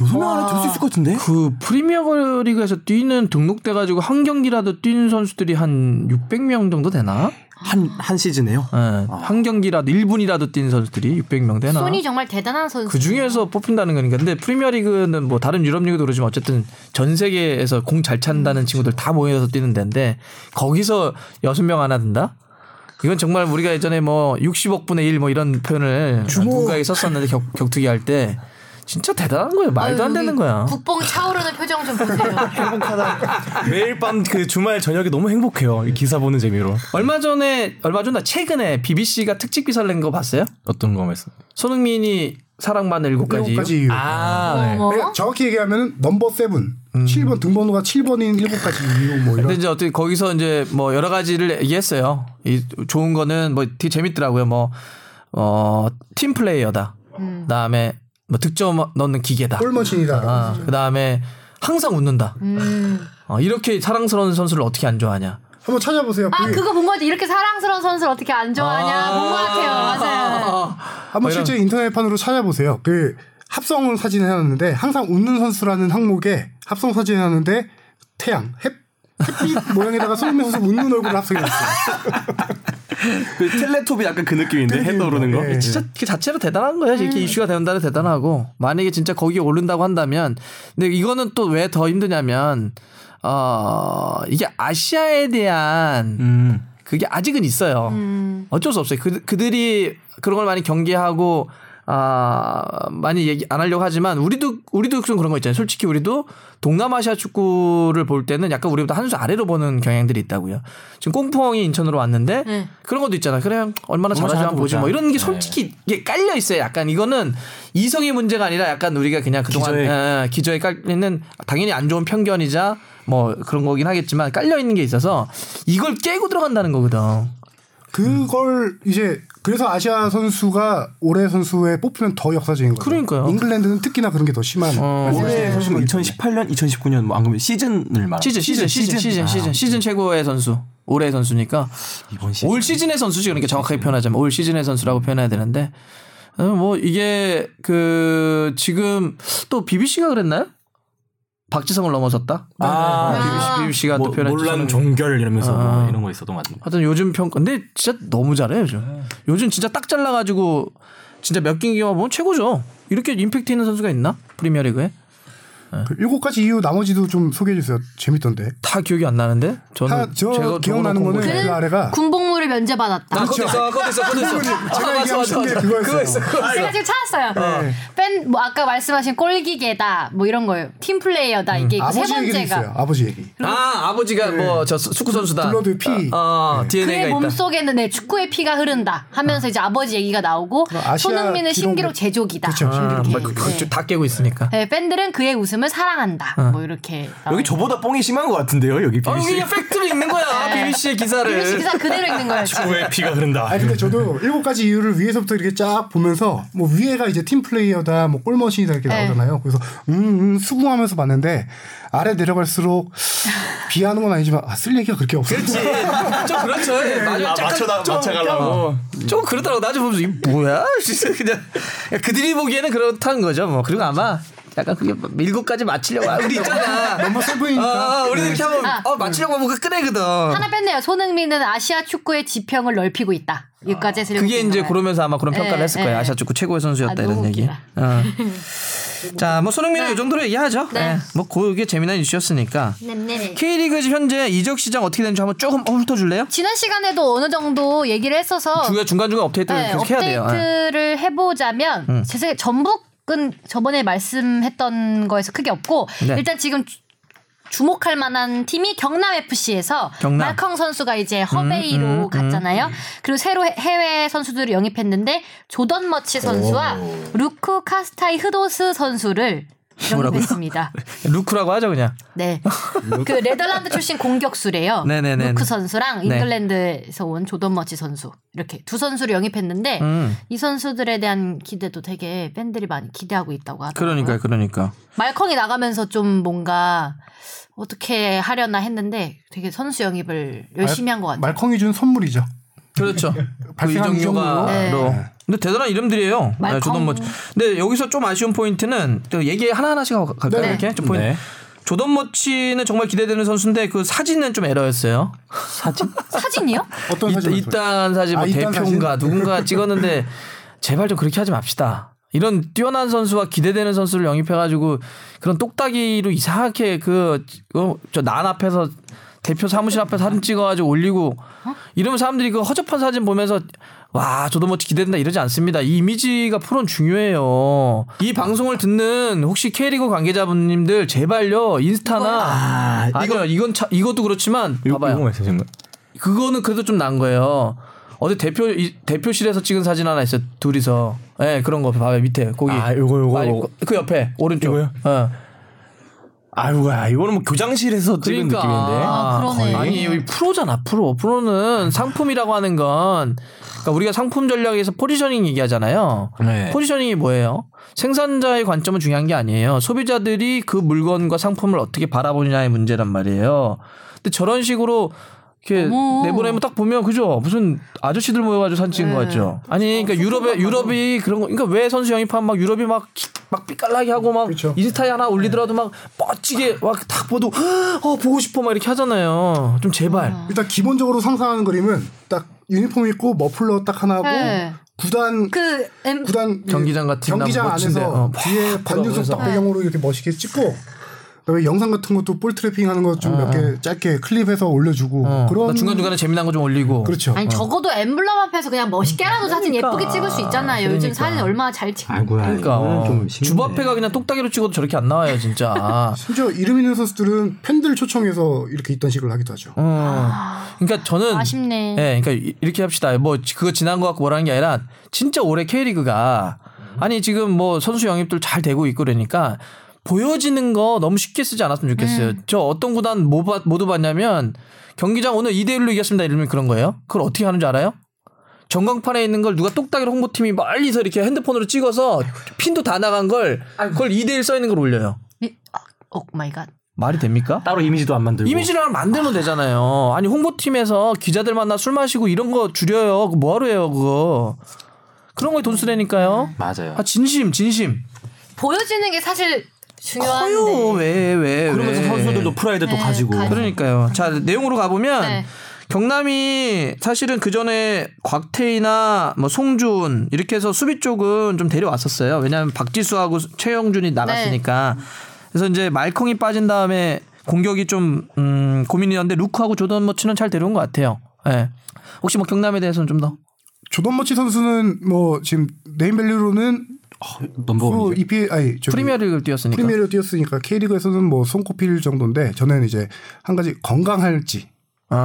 여섯 명 안에 들 수 있을 것 같은데. 그 프리미어 리그에서 뛰는 등록돼 가지고 한 경기라도 뛴 선수들이 한 600명 정도 되나? 한 한 시즌에요. 예. 한 경기라도 1분이라도 뛴 선수들이 600명 되나? 손이 정말 대단한 선수. 그 중에서 뽑힌다는 거니까. 근데 프리미어 리그는 뭐 다른 유럽 리그도 그러지만 어쨌든 전 세계에서 공 잘 음. 찬다는 친구들 다 모여서 뛰는 데인데 거기서 여섯 명 하나 든다? 이건 정말 우리가 예전에 뭐 60억 분의 1 뭐 이런 표현을 누군가에 썼었는데 격, 격투기 할 때 진짜 대단한 거예요. 말도 안 아유, 되는 음, 여기 거야. 국뽕 차오르는 표정 좀 보세요. 매일 밤 그 주말 저녁에 너무 행복해요. 이 기사 보는 재미로. 얼마 전에 얼마 전나 최근에 BBC가 특집 기사를 낸 거 봤어요? 어떤 거 말씀? 손흥민이 사랑받는 일곱 가지. 일곱 가지 이유? 이유. 아, 네. 뭐? 그러니까 정확히 얘기하면 넘버 세븐, 7번 등번호가 7번인 7가지 이유 뭐 근데 이런. 이제 어떻게 거기서 이제 뭐 여러 가지를 얘기했어요. 이 좋은 거는 뭐 되게 재밌더라고요. 뭐어팀 플레이어다. 그다음에 뭐 득점 넣는 기계다. 골머신이다. 아, 그다음에 항상 웃는다. 음. 어, 이렇게 사랑스러운 선수를 어떻게 안 좋아하냐. 한번 찾아보세요. 아 네. 그게 그거 본 것 같아. 이렇게 사랑스러운 선수를 어떻게 안 좋아하냐 본 것 같아요. 어, 맞아요. 한번 실제 인터넷판으로 찾아보세요. 그 합성을 사진 해놨는데 항상 웃는 선수라는 항목에 합성 사진 해놨는데 태양, 햇, 햇빛 모양에다가 손흥민 선수 웃는 얼굴을 합성해놨어요. 그 텔레토비 네. 약간 그 느낌인데 해 떠오르는 거. 예. 진짜 그 자체로 대단한 거예요. 이렇게 음. 이슈가 된다는 대단하고 만약에 진짜 거기에 오른다고 한다면 근데 이거는 또 왜 더 힘드냐면 어 이게 아시아에 대한 음. 그게 아직은 있어요. 음. 어쩔 수 없어요. 그, 그들이 그런 걸 많이 경계하고 아 많이 얘기 안 하려고 하지만 우리도 우리도 좀 그런 거 있잖아요. 솔직히 우리도 동남아시아 축구를 볼 때는 약간 우리보다 한 수 아래로 보는 경향들이 있다고요. 지금 꽁펑이 인천으로 왔는데 네. 그런 것도 있잖아. 그래 얼마나 잘하지 잘하고 보지 뭐 보자. 이런 게 네. 솔직히 이게 깔려 있어요. 약간 이거는 이성의 문제가 아니라 약간 우리가 그냥 그동안 기저에 예, 기저에 깔리는 당연히 안 좋은 편견이자 뭐 그런 거긴 하겠지만 깔려 있는 게 있어서 이걸 깨고 들어간다는 거거든. 아, 그걸 이제 그래서 아시아 선수가 올해 선수에 뽑히면 더 역사적인 거죠. 그러니까요. 어, 잉글랜드는 특히나 그런 게 더 심한. 어, 올해 사실 뭐 2018년, 2019년 뭐 안 그러면 시즌을 말하 네. 시즌 시즌 시즌 시즌 시즌 시즌 최고의 선수 올해의 선수니까 이번 시즌. 올 시즌의 선수지 그러니까 정확하게 표현하자면 올 시즌의 선수라고 표현해야 되는데 어, 뭐 이게 그 지금 또 BBC가 그랬나요? 박지성을 넘어섰다. 아, 아. BBC, BBC가 뭐, 또 표현했죠. 몰란 종결 이러면서 아. 뭐 이런 거 있었던 것 같은데. 하여튼 요즘 평 근데 진짜 너무 잘해요 요즘. 요즘 진짜 딱 잘라가지고 진짜 몇 경기만 보면 최고죠. 이렇게 임팩트 있는 선수가 있나 프리미어리그에? 그 일곱 가지 이유 나머지도 좀 소개해 주세요. 재밌던데. 다 기억이 안 나는데 저는 다 저 제가 기억나는 거는 공부해. 그 아래가 음, 군복무를 면제받았다. 나 그것도 아, 있어 그것도 있어 그것도 있어 제가 맞아, 얘기하고 맞아, 싶은 게 맞아. 그거였어요. 그거 있어 그거 있어 제가 지금 찾았어요. 네. 뺀, 뭐 아까 말씀하신 꼴기계다, 뭐 이런 거예요. 팀플레이어다, 이게 있고 세 음. 아버지 얘기도 있어요. 번째가. 아버지 얘기. 아 아버지가 뭐 저 축구 선수다 네. 블러드 피. 어 DNA가 그의 있다 몸속에는 내 축구의 피가 흐른다 하면서 이제 아버지 얘기가 나오고 아시아 손흥민은 기록 신기록 몇- 제조기다. 그쵸, 신기록 이렇게. 뭐 그- 그- 네. 다 깨고 있으니까 네, 팬들은 그의 웃음을 사랑한다. 어. 뭐 이렇게. 여기 저보다 뽕이 심한 것 같은데요, 여기 아, 여기 BBC. 그냥 팩트로 읽는 거야 BBC의 기사를 그 기사 그대로 읽는 거예요. 지금. 왜 피가 흐른다. 아 근데 저도 일곱 가지 이유를 위에서부터 이렇게 쫙 보면서 뭐 위에가 이제 팀 플레이어다, 뭐 골머신이다 이렇게 네. 나오잖아요. 그래서 음, 음 수긍하면서 봤는데 아래 내려갈수록 비하는 건 아니지만 아, 쓸 얘기가 그렇게 없어요. 좀 그렇죠 네. 맞아 맞춰다- 맞춰가려고. 어. 좀 그렇더라고 나좀 보면서 이 뭐야 진짜 그냥 그냥 그들이 보기에는 그렇다는 거죠 뭐 그리고 아마 약간 그게 일곱까지 맞추려고 하는 우리 있잖아 너무 서브이니까. 아, 아, 우리 이렇게 하면 어 맞추려고 하면 그 꺼내거든 하나 뺐네요. 손흥민은 아시아 축구의 지평을 넓히고 있다. 여기까지 해서 아. 그게 읽은 이제 거예요. 그러면서 아마 그런 평가를 예, 했을 거예요. 예. 아시아 축구 최고의 선수였다 아, 이런 너무 얘기. 웃기다. 어. 자, 뭐 손흥민은 이 정도로 얘기하죠. 네. 예. 뭐 그게 재미난 이슈였으니까. 네. K리그 지금 현재 이적 시장 어떻게 되는지 한번 조금 훑어 줄래요? 지난 시간에도 어느 정도 얘기를 했어서 중간 중간 업데이트를 네, 계속 해야 돼요. 음. 예. 업데이트를 해보자면 제 생각에 전북은 저번에 말씀했던 거에서 크게 없고 네. 일단 지금 주- 주목할 만한 팀이 경남 FC에서 경남. 음, 말컹 선수가 이제 허베이로 갔잖아요. 그리고 새로 해- 해외 선수들을 영입했는데 조던 머치 선수와 루크 카스타이 흐도스 선수를 영입했습니다. 예. 루크라고 하죠, 그냥. 네. 그 네덜란드 출신 공격수래요. 네네네. 루크 선수랑 잉글랜드에서 온 조던 머치 선수 이렇게 두 선수를 영입했는데 이 선수들에 대한 기대도 되게 팬들이 많이 기대하고 있다고 하더라고요. 그러니까 그러니까. 말컹이 나가면서 좀 뭔가 어떻게 하려나 했는데 되게 선수 영입을 열심히 한 것 같아요. 말컹이 준 선물이죠. 그렇죠. 그 발생한 이정료가 이정료로. 네. 근데 대단한 이름들이에요. 네, 말컹. 조던 머치. 근데 여기서 좀 아쉬운 포인트는 또 얘기 하나 하나씩 가- 갈까요? 네. 이렇게 좀 포인트. 네. 조던 머치는 정말 기대되는 선수인데 그 사진은 좀 에러였어요. 사진? 사진이요? 어떤 이따, 사진을 이딴 사진 뭐 아, 이딴 대표인가 사진? 누군가 찍었는데 제발 좀 그렇게 하지 맙시다. 이런 뛰어난 선수와 기대되는 선수를 영입해가지고 그런 똑딱이로 이상하게 그, 어, 그저난 앞에서 대표 사무실 앞에 사진 찍어가지고 올리고 이러면 사람들이 그 허접한 사진 보면서 와 저도 뭐 기대된다 이러지 않습니다. 이 이미지가 프로는 중요해요. 이 방송을 듣는 혹시 K리그 관계자분님들 제발요 인스타나 아, 니요 이건 차, 이것도 그렇지만 봐봐요. 이거 말씀하신 거. 그거는 그래도 좀 난 거예요. 어제 대표 이- 대표실에서 찍은 사진 하나 있어 요 둘이서 예 그런 거 봐요 밑에 거기 아, 요거, 요거. 아니, 그- 그 옆에 오른쪽 이거요? 어. 아이고, 야, 이거는 뭐 교장실에서 찍은 그러니까 느낌인데. 아, 그러네. 아니 여기 프로잖아 프로 프로는 상품이라고 하는 건 그러니까 우리가 상품 전략에서 포지셔닝 얘기하잖아요 네. 포지셔닝이 뭐예요 생산자의 관점은 중요한 게 아니에요 소비자들이 그 물건과 상품을 어떻게 바라보느냐의 문제란 말이에요 근데 저런 식으로 이렇게 어머. 내보내면 딱 보면 그죠 무슨 아저씨들 모여가지고 사진 찍은 네. 것 같죠 아니 어, 그러니까 유럽에 유럽이 그런 거 그러니까 왜 선수 영입하면 막 유럽이 막막 삐깔나게 하고 막 그렇죠. 인스타에 하나 올리더라도 네. 막 멋지게 막 딱 보도 어 보고 싶어 막 이렇게 하잖아요. 좀 제발. 일단 기본적으로 상상하는 그림은 딱 유니폼 입고 머플러 딱 하나고 네. 구단 그 엠, 구단 경기장 같은 경기장 데는 멋진데, 안에서 어, 뒤에 관중석 그래서. 딱 배경으로 이렇게 멋있게 찍고 그다음에 영상 같은 것도 볼 트래핑 하는 거 좀 몇 개 짧게 클립해서 올려주고 아, 어, 그런 나 중간중간에 재미난 거 좀 올리고. 그렇죠. 아니 적어도 엠블럼 앞에서 그냥 멋있게라도 사진 예쁘게 찍을 수 있잖아요. 요즘 사진 얼마나 잘 찍. 아이고야. 그러니까 이거는 좀 주바페가 그냥 똑딱이로 찍어도 저렇게 안 나와요 진짜. 심지어 이름 있는 선수들은 팬들 초청해서 이렇게 있던 식으로 하기도 하죠. 어. 그러니까 저는 아쉽네. 예, 그러니까 이- 이렇게 합시다. 뭐 지- 그거 지난 거 갖고 뭐라는 게 아니라 진짜 올해 K리그가 아니 지금 뭐 선수 영입들 잘 되고 있고 그러니까 보여지는 거 너무 쉽게 쓰지 않았으면 좋겠어요. 저 어떤 구단 뭐 봤- 모두 봤냐면 경기장 오늘 2대 1로 이겼습니다. 이러면 그런 거예요. 그걸 어떻게 하는 줄 알아요? 전광판에 있는 걸 누가 똑딱이로 홍보팀이 멀리서 이렇게 핸드폰으로 찍어서 핀도 다 나간 걸 그걸 2대 1써 있는 걸 올려요. 미- 아, 오 마이 갓. 말이 됩니까? 따로 이미지도 안 만들고. 이미지를 하나 만들면 되잖아요. 아니 홍보팀에서 기자들 만나 술 마시고 이런 거 줄여요. 그거 뭐하러 해요 그거. 그런 거에 돈 쓰라니까요. 맞아요. 아 진심 진심. 보여지는 게 사실 중요한데. 커요 왜왜 왜. 그러면서 왜. 선수들도 프라이드 또 네, 가지고. 가지고. 네. 그러니까요. 자 내용으로 가보면 네. 경남이 사실은 그 전에 곽태희나 뭐 송준 네. 이렇게 해서 수비 쪽은 좀 데려왔었어요. 왜냐하면 박지수하고 최영준이 나갔으니까. 그래서 이제 말콩이 빠진 다음에 공격이 좀 음, 고민이었는데 루크하고 조던 머치는 잘 데려온 것 같아요. 예. 혹시 뭐 경남에 대해서는 좀 더? 조던 머치 선수는 뭐 지금 네임밸류로는 프로 넘버원이죠. EPL 아니 저기 어, 프리미어리그를 뛰었으니까. 프리미어로 뛰었으니까 K리그에서는 뭐 손꼽힐 정도인데 저는 이제 한 가지 건강할지 아,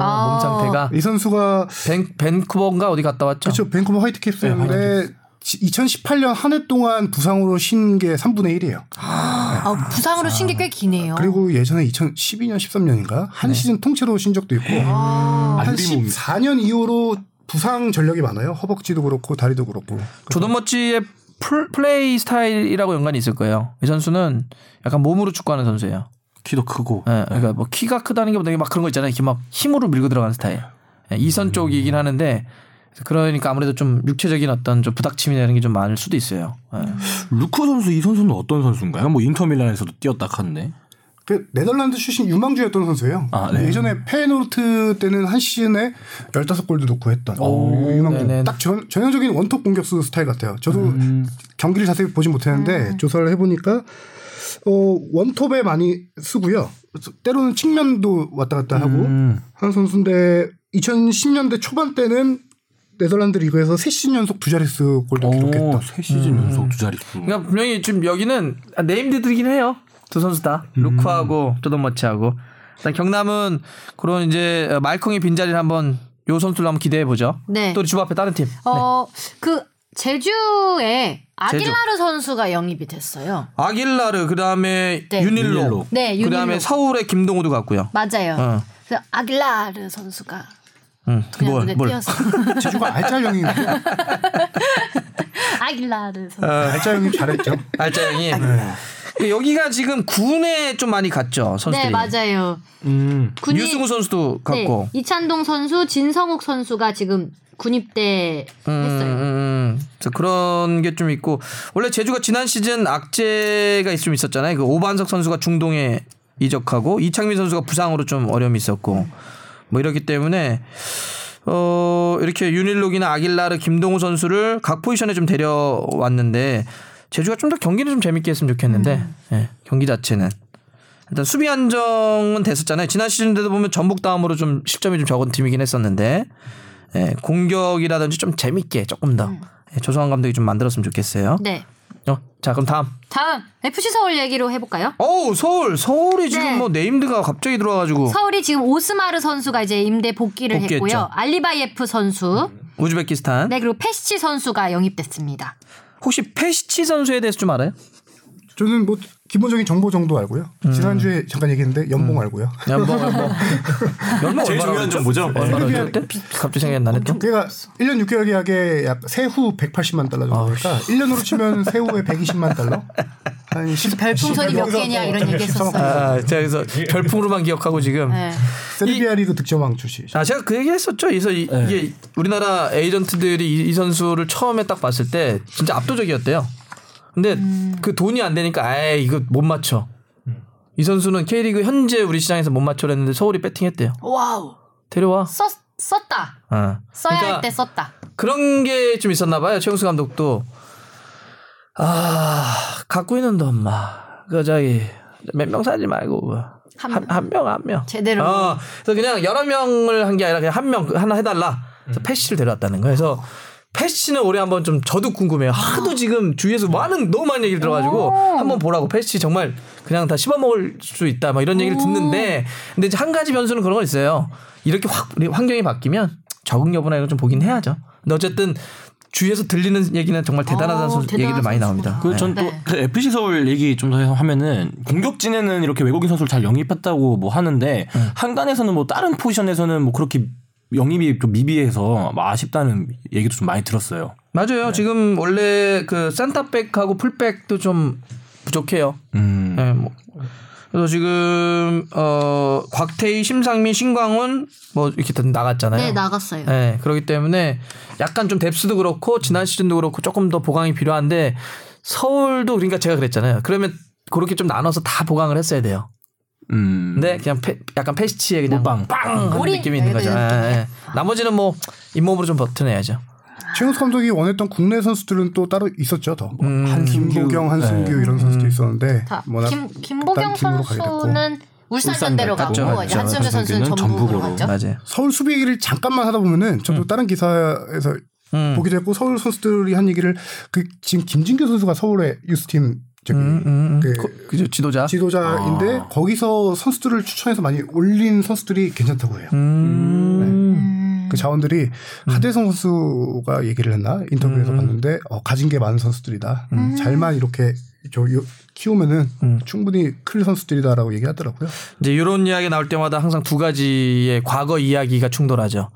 아. 몸 상태가 이 선수가 벤 벤쿠버인가 어디 갔다 왔죠? 그렇죠 벤쿠버 화이트캡스였는데 2018년 한 해 동안 부상으로 쉰 게 3분의 1이에요. 아, 부상으로 쉰 게 꽤 기네요. 그리고 예전에 2012년 13년인가 한 시즌 통째로 쉰 적도 있고 아, 한 알리 몸이. 14년 이후로 부상 전력이 많아요. 허벅지도 그렇고 다리도 그렇고. 조던 머치의 플- 플레이 스타일이라고 연관이 있을 거예요. 이 선수는 약간 몸으로 축구하는 선수예요. 키도 크고. 예, 그러니까 뭐 키가 크다는 게 보다 막 그런 거 있잖아요. 이렇게 막 힘으로 밀고 들어가는 스타일. 예, 이선 쪽이긴 하는데 그러니까 아무래도 좀 육체적인 어떤 좀 부닥침이나 이런 게 좀 많을 수도 있어요. 예. 루크 선수 이 선수는 어떤 선수인가요? 뭐 인터밀란에서도 뛰었다 하는데. 그 네덜란드 출신 유망주였던 선수예요. 아, 네. 예전에 페노르트 때는 한 시즌에 15골도 넣고 했던 어, 유망주. 네네. 딱 전, 전형적인 원톱 공격수 스타일 같아요. 저도 경기를 자세히 보진 못했는데 조사를 해보니까 어, 원톱에 많이 쓰고요. 때로는 측면도 왔다 갔다 하고 하는 선수인데 2010년대 초반 때는 네덜란드 리그에서 세 시즌 연속 두 자릿수 골도 기록했던 오, 음. 세 시즌 연속 두 자리. 수. 그러니까 분명히 지금 여기는 아, 네임드들이긴 해요. 두 선수 다 루크하고 조던 머치하고. 일단 경남은 그런 이제 말콩의 빈자리를 한번 요 선수로 한번 기대해 보죠. 네. 또 주부 앞에 다른 팀. 어, 그 제주에 아길라르 선수가 영입이 됐어요. 아길라르 그다음에 네. 윤일로, 윤일로. 네, 윤일로. 그다음에 서울의 김동우도 갔고요. 맞아요. 어. 그 아길라르 선수가 응. 그냥 뭘 눈에 뭘. 띄어서 제주가 알짜형이 아길라르 선수. 알짜형이 잘했죠. 알짜형이. 음. 여기가 지금 군에 좀 많이 갔죠 선수들이. 네, 맞아요. 음. 군인- 유승우 선수도 갔고. 네, 이찬동 선수, 진성욱 선수가 지금 군입대 음, 했어요. 음, 그래서 그런 게 좀 있고 원래 제주가 지난 시즌 악재가 좀 있었잖아요. 그 오반석 선수가 중동에 이적하고 이창민 선수가 부상으로 좀 어려움이 있었고 뭐 이렇기 때문에 어 이렇게 윤일록이나 아길라르, 김동우 선수를 각 포지션에 좀 데려왔는데 제주가 좀 더 경기는 좀 재밌게 했으면 좋겠는데 음. 예, 경기 자체는 일단 수비 안정은 됐었잖아요. 지난 시즌 때도 보면 전북 다음으로 좀 실점이 좀 적은 팀이긴 했었는데 예, 공격이라든지 좀 재밌게 조금 더 예, 조성환 감독이 좀 만들었으면 좋겠어요. 음. 네. 어, 자 그럼 다음. 다음 FC 서울 얘기로 해볼까요? 어우 서울 서울이 지금 네. 뭐 네임드가 갑자기 들어와가지고 서울이 지금 오스마르 선수가 이제 임대 복귀를 복귀했죠. 음. 했고요. 알리바이에프 선수, 우즈베키스탄. 네 그리고 페시치 선수가 영입됐습니다. 혹시 페시치 선수에 대해서 좀 알아요? 저는 뭐 기본적인 정보 정도 알고요. 지난주에 잠깐 얘기했는데 연봉 알고요. 연봉 연봉. 연봉 제일 뭐. 얼마나 중요한 정보죠. 네. 얼마나 그게- 줬대? 갑자기 생각이 나네 또. 그러니까 1년 6개월 계약에 약 세후 180만 달러 정도니까 그러니까 1년으로 치면 세후에 120만 달러. 한 10, 그 별풍선이 몇 10, 개냐 이런 얘기 했었어요. 아, 제가 그래서 네. 별풍으로만 기억하고 지금. 네. 세르비아 리그 득점왕 출신. 아, 제가 그 얘기 했었죠. 그래서 이, 네. 게 우리나라 에이전트들이 이, 이 선수를 처음에 딱 봤을 때 진짜 압도적이었대요. 근데 음. 그 돈이 안 되니까 아예 이거 못 맞춰. 이 선수는 K리그 현재 우리 시장에서 못 맞춰랬는데 서울이 배팅했대요. 와우. 데려와. 썼 썼다. 어. 써야 그러니까 할 때 썼다. 그런 게 좀 있었나 봐요. 최용수 감독도 아 갖고 있는 돈 막. 그 저기 몇 명 사지 말고 뭐. 한 한 한 명 한 명. 제대로. 어, 그래서 그냥 여러 명을 한 게 아니라 그냥 한 명 하나 해달라. 그래서 패시를 데려왔다는 거예요. 그래서 패시는 올해 한번 좀 저도 궁금해요. 아. 하도 지금 주위에서 많은 너무 많은 얘기를 들어가지고 한번 보라고 패시 정말 그냥 다 씹어 먹을 수 있다 막 이런 얘기를 듣는데 근데 이제 한 가지 변수는 그런 거 있어요. 이렇게 확 우리 환경이 바뀌면 적응 여부나 이런 거 좀 보긴 해야죠. 근데 어쨌든 주위에서 들리는 얘기는 정말 대단하다는 어, 선수- 대단한 얘기들 많이 나옵니다. 선수구나. 네. 그전또 네. FC 서울 얘기 좀 더 하면은 공격진에는 이렇게 외국인 선수를 잘 영입했다고 뭐 하는데 한간에서는 뭐 다른 포지션에서는 뭐 그렇게 영입이 좀 미비해서 뭐 아쉽다는 얘기도 좀 많이 들었어요. 맞아요. 지금 원래 그 센터백하고 풀백도 좀 부족해요. 음. 네, 뭐. 그래서 지금 어 곽태희, 심상민, 신광훈 뭐 이렇게 다 나갔잖아요. 네 나갔어요. 네, 그렇기 때문에 약간 좀 뎁스도 그렇고 지난 시즌도 그렇고 조금 더 보강이 필요한데 서울도 그러니까 제가 그랬잖아요. 그러면 그렇게 좀 나눠서 다 보강을 했어야 돼요. 음. 근데 그냥 페- 약간 패스치에 그냥 몰빵. 빵 하는 올인. 느낌이 있는 거죠. 약간 예, 예. 나머지는 뭐 잇몸으로 좀 버텨내야죠. 최용수 감독이 원했던 국내 선수들은 또 따로 있었죠 더. 뭐 한승규. 김보경, 한승규 이런 선수도 있었는데 자, 워낙 김, 김보경 다른 팀으로 가게 선수는 울산 반대로 가고 갔죠. 이제 한승주 선수는 한승규는 전북으로 갔죠. 전북으로. 맞아요. 서울 수비를 잠깐만 하다 보면은 저도 다른 기사에서 보게 됐고 서울 선수들이 한 얘기를 그 지금 김진규 선수가 서울의 유스팀 저기 그 그- 그죠 지도자. 지도자인데 거기서 선수들을 추천해서 많이 올린 선수들이 괜찮다고 해요. 음. 음. 그 자원들이 하대성 선수가 얘기를 했나 인터뷰에서 봤는데 어, 가진 게 많은 선수들이다. 잘만 이렇게 저 요- 키우면은 충분히 클 선수들이다라고 얘기하더라고요. 이제 이런 이야기 나올 때마다 항상 두 가지의 과거 이야기가 충돌하죠.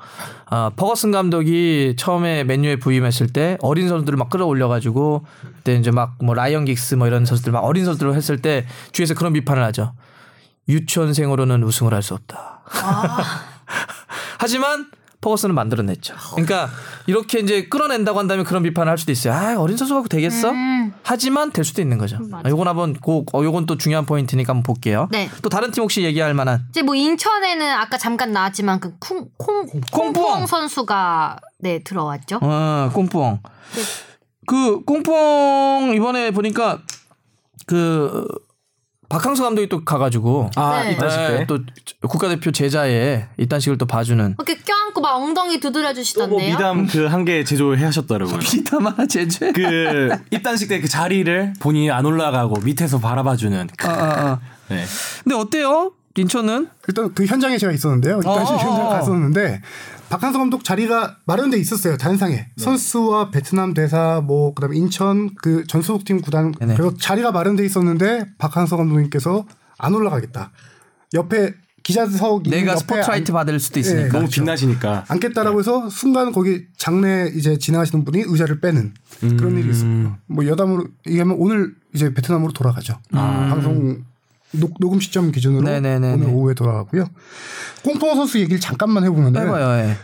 아, 퍼거슨 감독이 처음에 맨유에 부임했을 때 어린 선수들을 막 끌어올려가지고 그때 이제 막 뭐 라이언 긱스 뭐 이런 선수들 막 어린 선수들을 했을 때 주위에서 그런 비판을 하죠. 유치원생으로는 우승을 할 수 없다. 하지만 퍼거슨은 만들어냈죠. 그러니까 이렇게 이제 끌어낸다고 한다면 그런 비판을 할 수도 있어요. 아 어린 선수 갖고 되겠어? 하지만 될 수도 있는 거죠. 맞아. 아, 요건 한번 꼭 어, 요건 또 중요한 포인트니까 한번 볼게요. 네. 또 다른 팀 혹시 얘기할 만한 이제 뭐 인천에는 아까 잠깐 나왔지만 그 콩, 콩, 콩푸엉 선수가 네 들어왔죠. 어, 꽁뽕. 네. 그 꽁뽕 이번에 보니까 그 박항서 감독이 또 가가지고 아 네. 이따 네, 때. 또 국가대표 제자의 이딴식을 또 봐주는 이렇게 어, 그 껴안고 막 엉덩이 두드려 또뭐 주시던데요. 미담 그 한 개 제조해 하셨더라고요. 비타마 제재. 그 입단식 때 그 자리를 본인이 안 올라가고 밑에서 바라봐주는. 아, 아, 아. 네. 근데 어때요? 인천은 일단 그 현장에 제가 있었는데요. 일단 어, 어, 현장 어. 갔었는데 박항서 감독 자리가 마련돼 있었어요. 단상에 네. 선수와 베트남 대사 뭐 그다음에 인천 그 전소속팀 구단 네네. 그래서 자리가 마련돼 있었는데 박항서 감독님께서 안 올라가겠다. 옆에 기자석 있는 내가 옆에 스포트라이트 앉- 받을 수도 예, 있으니까. 너무 빛나시니까. 앉겠다라고 해서 순간 거기 장례 이제 진행하시는 분이 의자를 빼는 그런 음. 일이 있었고요. 뭐 여담으로 얘기하면 오늘 이제 베트남으로 돌아가죠. 방송 녹, 녹음 시점 기준으로 네네네네. 오늘 오후에 돌아가고요. 꽁뽕 선수 얘기를 잠깐만 해보면 은 해봐요. 예.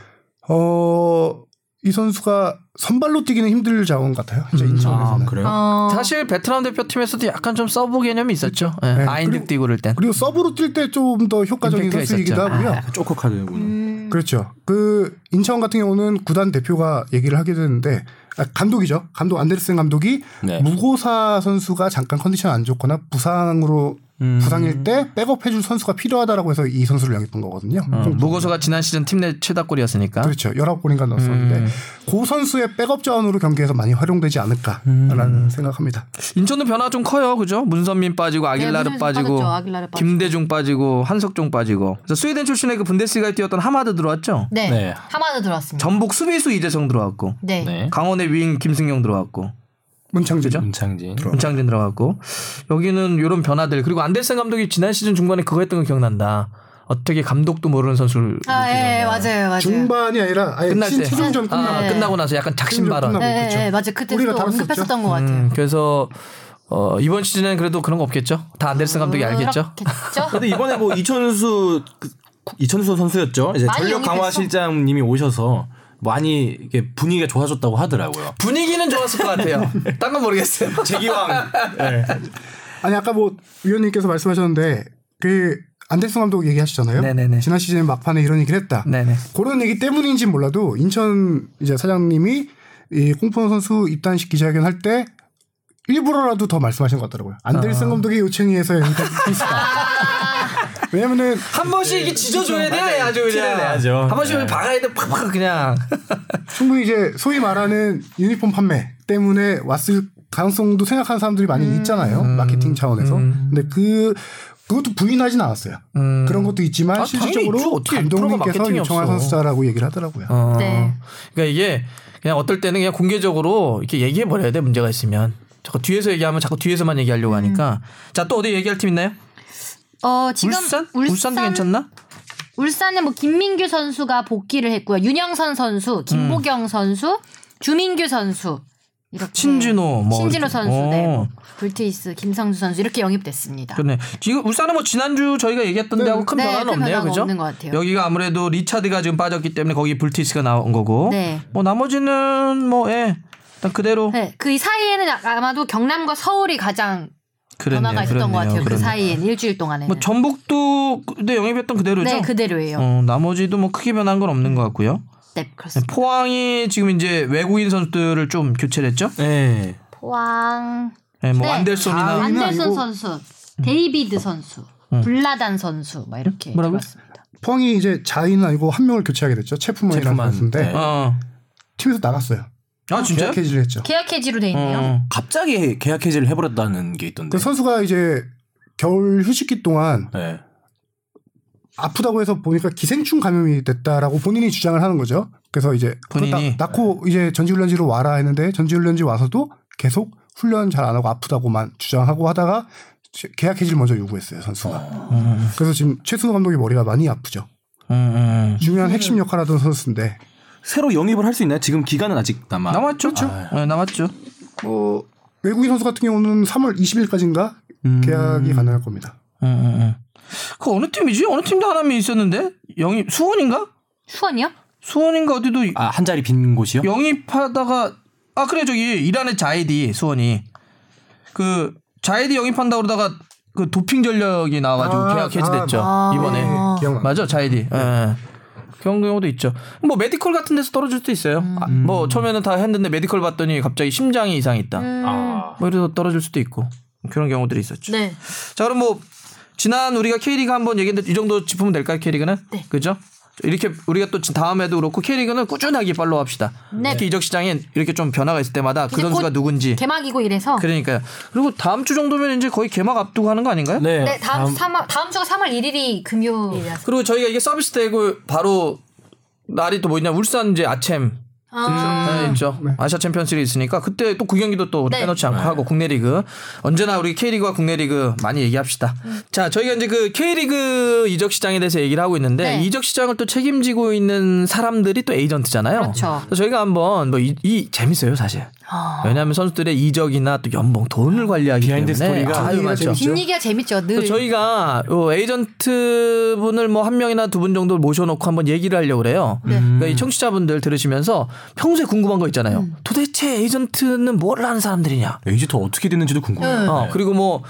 어, 이 선수가 선발로 뛰기는 힘들 자원 같아요. 음. 이제 인천에서는. 아 그래요? 어, 사실 베트남 대표팀에서도 약간 좀 서브 개념이 있었죠. 예. 네, 아인드 그리고- 뛰고 그럴 땐. 그리고 서브로 뛸 때 좀 더 효과적인 임팩트가 선수이기도 있었죠. 아, 하고요. 초코 카드구나. 음. 그렇죠. 그 인천 같은 경우는 구단 대표가 얘기를 하게 되는데 아, 감독이죠. 감독 안데르센 감독이 네. 무고사 선수가 잠깐 컨디션 안 좋거나 부상으로 음. 부상일 때 백업해줄 선수가 필요하다라고 해서 이 선수를 영입한 거거든요. 음, 무고소가 지난 시즌 팀 내 최다골이었으니까. 그렇죠. 19골인가 넣었었는데 음. 고 선수의 백업 자원으로 경기에서 많이 활용되지 음. 않을까라는 생각합니다. 인천은 변화 좀 커요, 그죠? 문선민 빠지고 아길라르 네, 문선민 빠지고 빠졌죠, 아길라르 빠지고. 김대중 빠지고 한석종 빠지고. 그래서 스웨덴 출신의 그 분데스리가에 뛰었던 하마드 들어왔죠. 네. 네. 하마드 들어왔습니다. 전북 수비수 이재성 들어왔고, 네. 네. 강원의 윙 김승경 들어왔고, 문창재죠. 문창진. 문창진 들어갔고 여기는 이런 변화들 그리고 안데슨 감독이 지난 시즌 중반에 그거 했던 거 기억난다. 어떻게 감독도 모르는 선수를 아, 예, 예, 맞아요, 맞아요. 중반이 아니라 아예 끝날 때 시즌전 아, 끝나고 끝나고 나서 약간 작심 발언. 끝나고. 예, 그렇죠. 예, 예, 맞아요. 그때 우리가 또 다뤘었죠. 언급했었던 것 같아요. 음, 그래서 어, 이번 시즌엔 그래도 그런 거 없겠죠. 다 안데슨 감독이 알겠죠. 음, 그렇겠죠? 근데 이번에 뭐 이천수 그, 이천수 선수였죠. 이제 많이 전력 강화 영입했어? 실장님이 오셔서 많이 이게 분위기가 좋아졌다고 하더라고요. 분위기는 좋았을 것 같아요. 딴 건 모르겠어요. 제기왕. 네. 아니 아까 뭐 위원님께서 말씀하셨는데 그 안데스 감독 얘기하시잖아요. 네네네. 지난 시즌 막판에 이런 얘기를 했다. 네네. 그런 얘기 때문인지 몰라도 인천 이제 사장님이 이 홍포 선수 입단식 기자회견 할 때 일부러라도 더 말씀하신 것 같더라고요. 아. 안데르슨 감독의 요청이 해서 있다. 왜냐면은 한 번씩 이게 짖어줘야 돼 아주 티를 그냥 내야죠. 한 번씩 네. 박아야 돼 팍팍 그냥 충분히 이제 소위 말하는 유니폼 판매 때문에 왔을 가능성도 생각하는 사람들이 많이 음. 있잖아요. 마케팅 차원에서. 근데 그 그것도 부인하진 않았어요. 그런 것도 있지만 아, 당연히 있죠. 실질적으로 어떻게 프로가 감독님께서 마케팅이 요청한 없어. 선수다라고 얘기를 하더라고요. 어, 네. 그러니까 이게 그냥 어떨 때는 그냥 공개적으로 이렇게 얘기해 버려야 돼 문제가 있으면 자꾸 뒤에서 얘기하면 자꾸 뒤에서만 얘기하려고 하니까 음. 자 또 어디 얘기할 팀 있나요? 어, 지금 울산? 울산? 도 괜찮나? 울산은 뭐 김민규 선수가 복귀를 했고요. 윤영선 음. 선수, 김보경 선수, 주민규 선수 이렇게 신진호 뭐 신진호 이렇게. 선수, 네, 어. 뭐 불트이스 김상주 선수 이렇게 영입됐습니다. 그러네. 지금 울산은 뭐 지난주 저희가 얘기했던 데하고 큰 네, 변화는 큰 없네요. 변화가 그죠? 없는 것 같아요. 여기가 아무래도 리차드가 지금 빠졌기 때문에 거기 불티스가 나온 거고. 네. 뭐 나머지는 뭐 예. 일단 그대로 네, 그 사이에는 아- 아마도 경남과 서울이 가장 그랬네요. 변화가 있었던 것 그렇네요. 같아요. 그 그렇네요. 사이엔 일주일 동안에. 뭐 전북도 그때 영입했던 그대로죠. 네, 그대로예요. 어, 나머지도 뭐 크게 변한 건 없는 것 같고요. 네, 그렇습니다. 포항이 지금 이제 외국인 선수들을 좀 교체를 했죠. 네. 포항 네, 뭐 네. 안델손이나 아니면 안델슨 아니고- 선수, 데이비드 선수, 블라단 선수 막 이렇게 음. 뭐라고요? 들어왔습니다. 펑이 이제 자인은 아니고 한 명을 교체하게 됐죠. 체프먼이라는 체프먼. 선수인데 아, 네. 어. 팀에서 나갔어요. 아 진짜요? 계약해지를 했죠. 계약 해지로 돼 있네요. 어. 갑자기 계약 해지를 해버렸다는 게 있던데. 그 선수가 이제 겨울 휴식기 동안 네. 아프다고 해서 보니까 기생충 감염이 됐다라고 본인이 주장을 하는 거죠. 그래서 이제 그걸 본인이? 나- 낳고 이제 전지훈련지로 와라 했는데 전지훈련지 와서도 계속 훈련 잘 안 하고 아프다고만 주장하고 하다가 제- 계약 해지를 먼저 요구했어요 선수가. 그래서 지금 최순호 감독이 머리가 많이 아프죠. 음, 음. 중요한 핵심 역할하던 선수인데 새로 영입을 할 수 있나요? 지금 기간은 아직 남아. 남았죠? 그렇죠. 아. 네, 남았죠. 뭐 외국인 선수 같은 경우는 3월 20일까지인가 계약이 가능할 겁니다. 음, 음, 음. 그 어느 팀이지? 어느 팀도 하나미 있었는데 영입 수원인가? 수원이요? 수원인가 어디도 아, 한 자리 빈 음. 곳이요? 영입하다가 아 그래 저기 이란의 자이디 수원이 그 자이디 영입한다 그러다가 그 도핑 전력이 나와가지고 아, 계약 해지됐죠 아, 이번에 아. 기억나. 맞아 자이디 예. 그런 경우도 있죠 뭐 메디컬 같은 데서 떨어질 수도 있어요 아, 뭐 처음에는 다 했는데 메디컬 봤더니 갑자기 심장에 이상이 있다 음, 아. 뭐 이래서 떨어질 수도 있고 그런 경우들이 있었죠 네. 자 그럼 뭐 지난 우리가 K리그 한번 얘기했는데 이 정도 짚으면 될까요 K리그는? 네. 그죠? 이렇게 우리가 또 지- 다음에도 그렇고 K리그는 꾸준하게 팔로우합시다. 네. 특히 이적 시장에 이렇게 좀 변화가 있을 때마다 그 이제 선수가 곧 누군지 예. 개막이고 이래서 그러니까요. 그리고 다음 주 정도면 이제 거의 개막 앞두고 하는 거 아닌가요? 네. 네, 다음 주 3월, 다음 주가 3월 1일이 금요일이라서. 그리고 저희가 이게 서비스 되고 바로 날이 또 뭐 있냐 울산 이제 아챔 아, 네, 있죠. 아시아 챔피언스리그 있으니까 그때 또 그 경기도 또 우리 네. 빼놓지 않고 하고 국내 리그 언제나 우리 K리그와 국내 리그 많이 얘기합시다. 음. 자, 저희가 이제 그 K리그 이적 시장에 대해서 얘기를 하고 있는데 네. 이적 시장을 또 책임지고 있는 사람들이 또 에이전트잖아요. 그렇죠. 그래서 저희가 한번 뭐 이 재밌어요, 사실. 아, 왜냐하면 선수들의 이적이나 또 연봉 돈을 관리하기 비하인드 때문에 스토리가 아유, 뒷얘기가 맞죠. 재밌죠. 뒷얘기가 재밌죠. 늘. 그래서 저희가 요 에이전트 분을 뭐 한 명이나 두 분 정도 모셔놓고 한번 얘기를 하려고 그래요. 그러니까 음. 이 청취자분들 들으시면서 평소에 궁금한 거 있잖아요. 도대체 에이전트는 뭘 하는 사람들이냐. 에이지터 어떻게 됐는지도 음. 궁금해요. 어, 그리고 뭐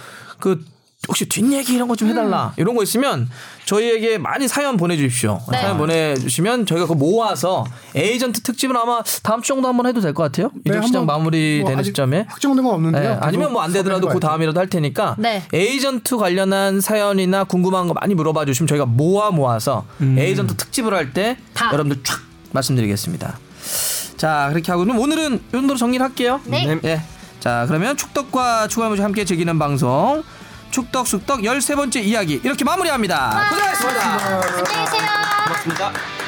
그 혹시 뒷얘기 이런 거 좀 해달라 이런 거 있으면 저희에게 많이 사연 보내주십시오. 네. 사연 보내주시면 저희가 그거 모아서 에이전트 특집은 아마 다음 주 정도 한번 해도 될 것 같아요. 이적 시장 한번 마무리 뭐 되는 아직 시점에. 확정된 건 없는데요. 네, 계속 아니면 뭐 안 되더라도 그 섭외해봐야죠. 다음이라도 할 테니까 네. 에이전트 관련한 사연이나 궁금한 거 많이 물어봐 주시면 저희가 모아 모아서 음. 에이전트 특집을 할 때 다. 여러분들 촥 말씀드리겠습니다. 자 그렇게 하고 그럼 오늘은 이 정도로 정리를 할게요. 네. 네. 예. 자 그러면 축덕과 추가무시 함께 즐기는 방송 축덕 숙덕 13번째 이야기 이렇게 마무리합니다. 고생하셨습니다. 안녕히 계세요. 고맙습니다.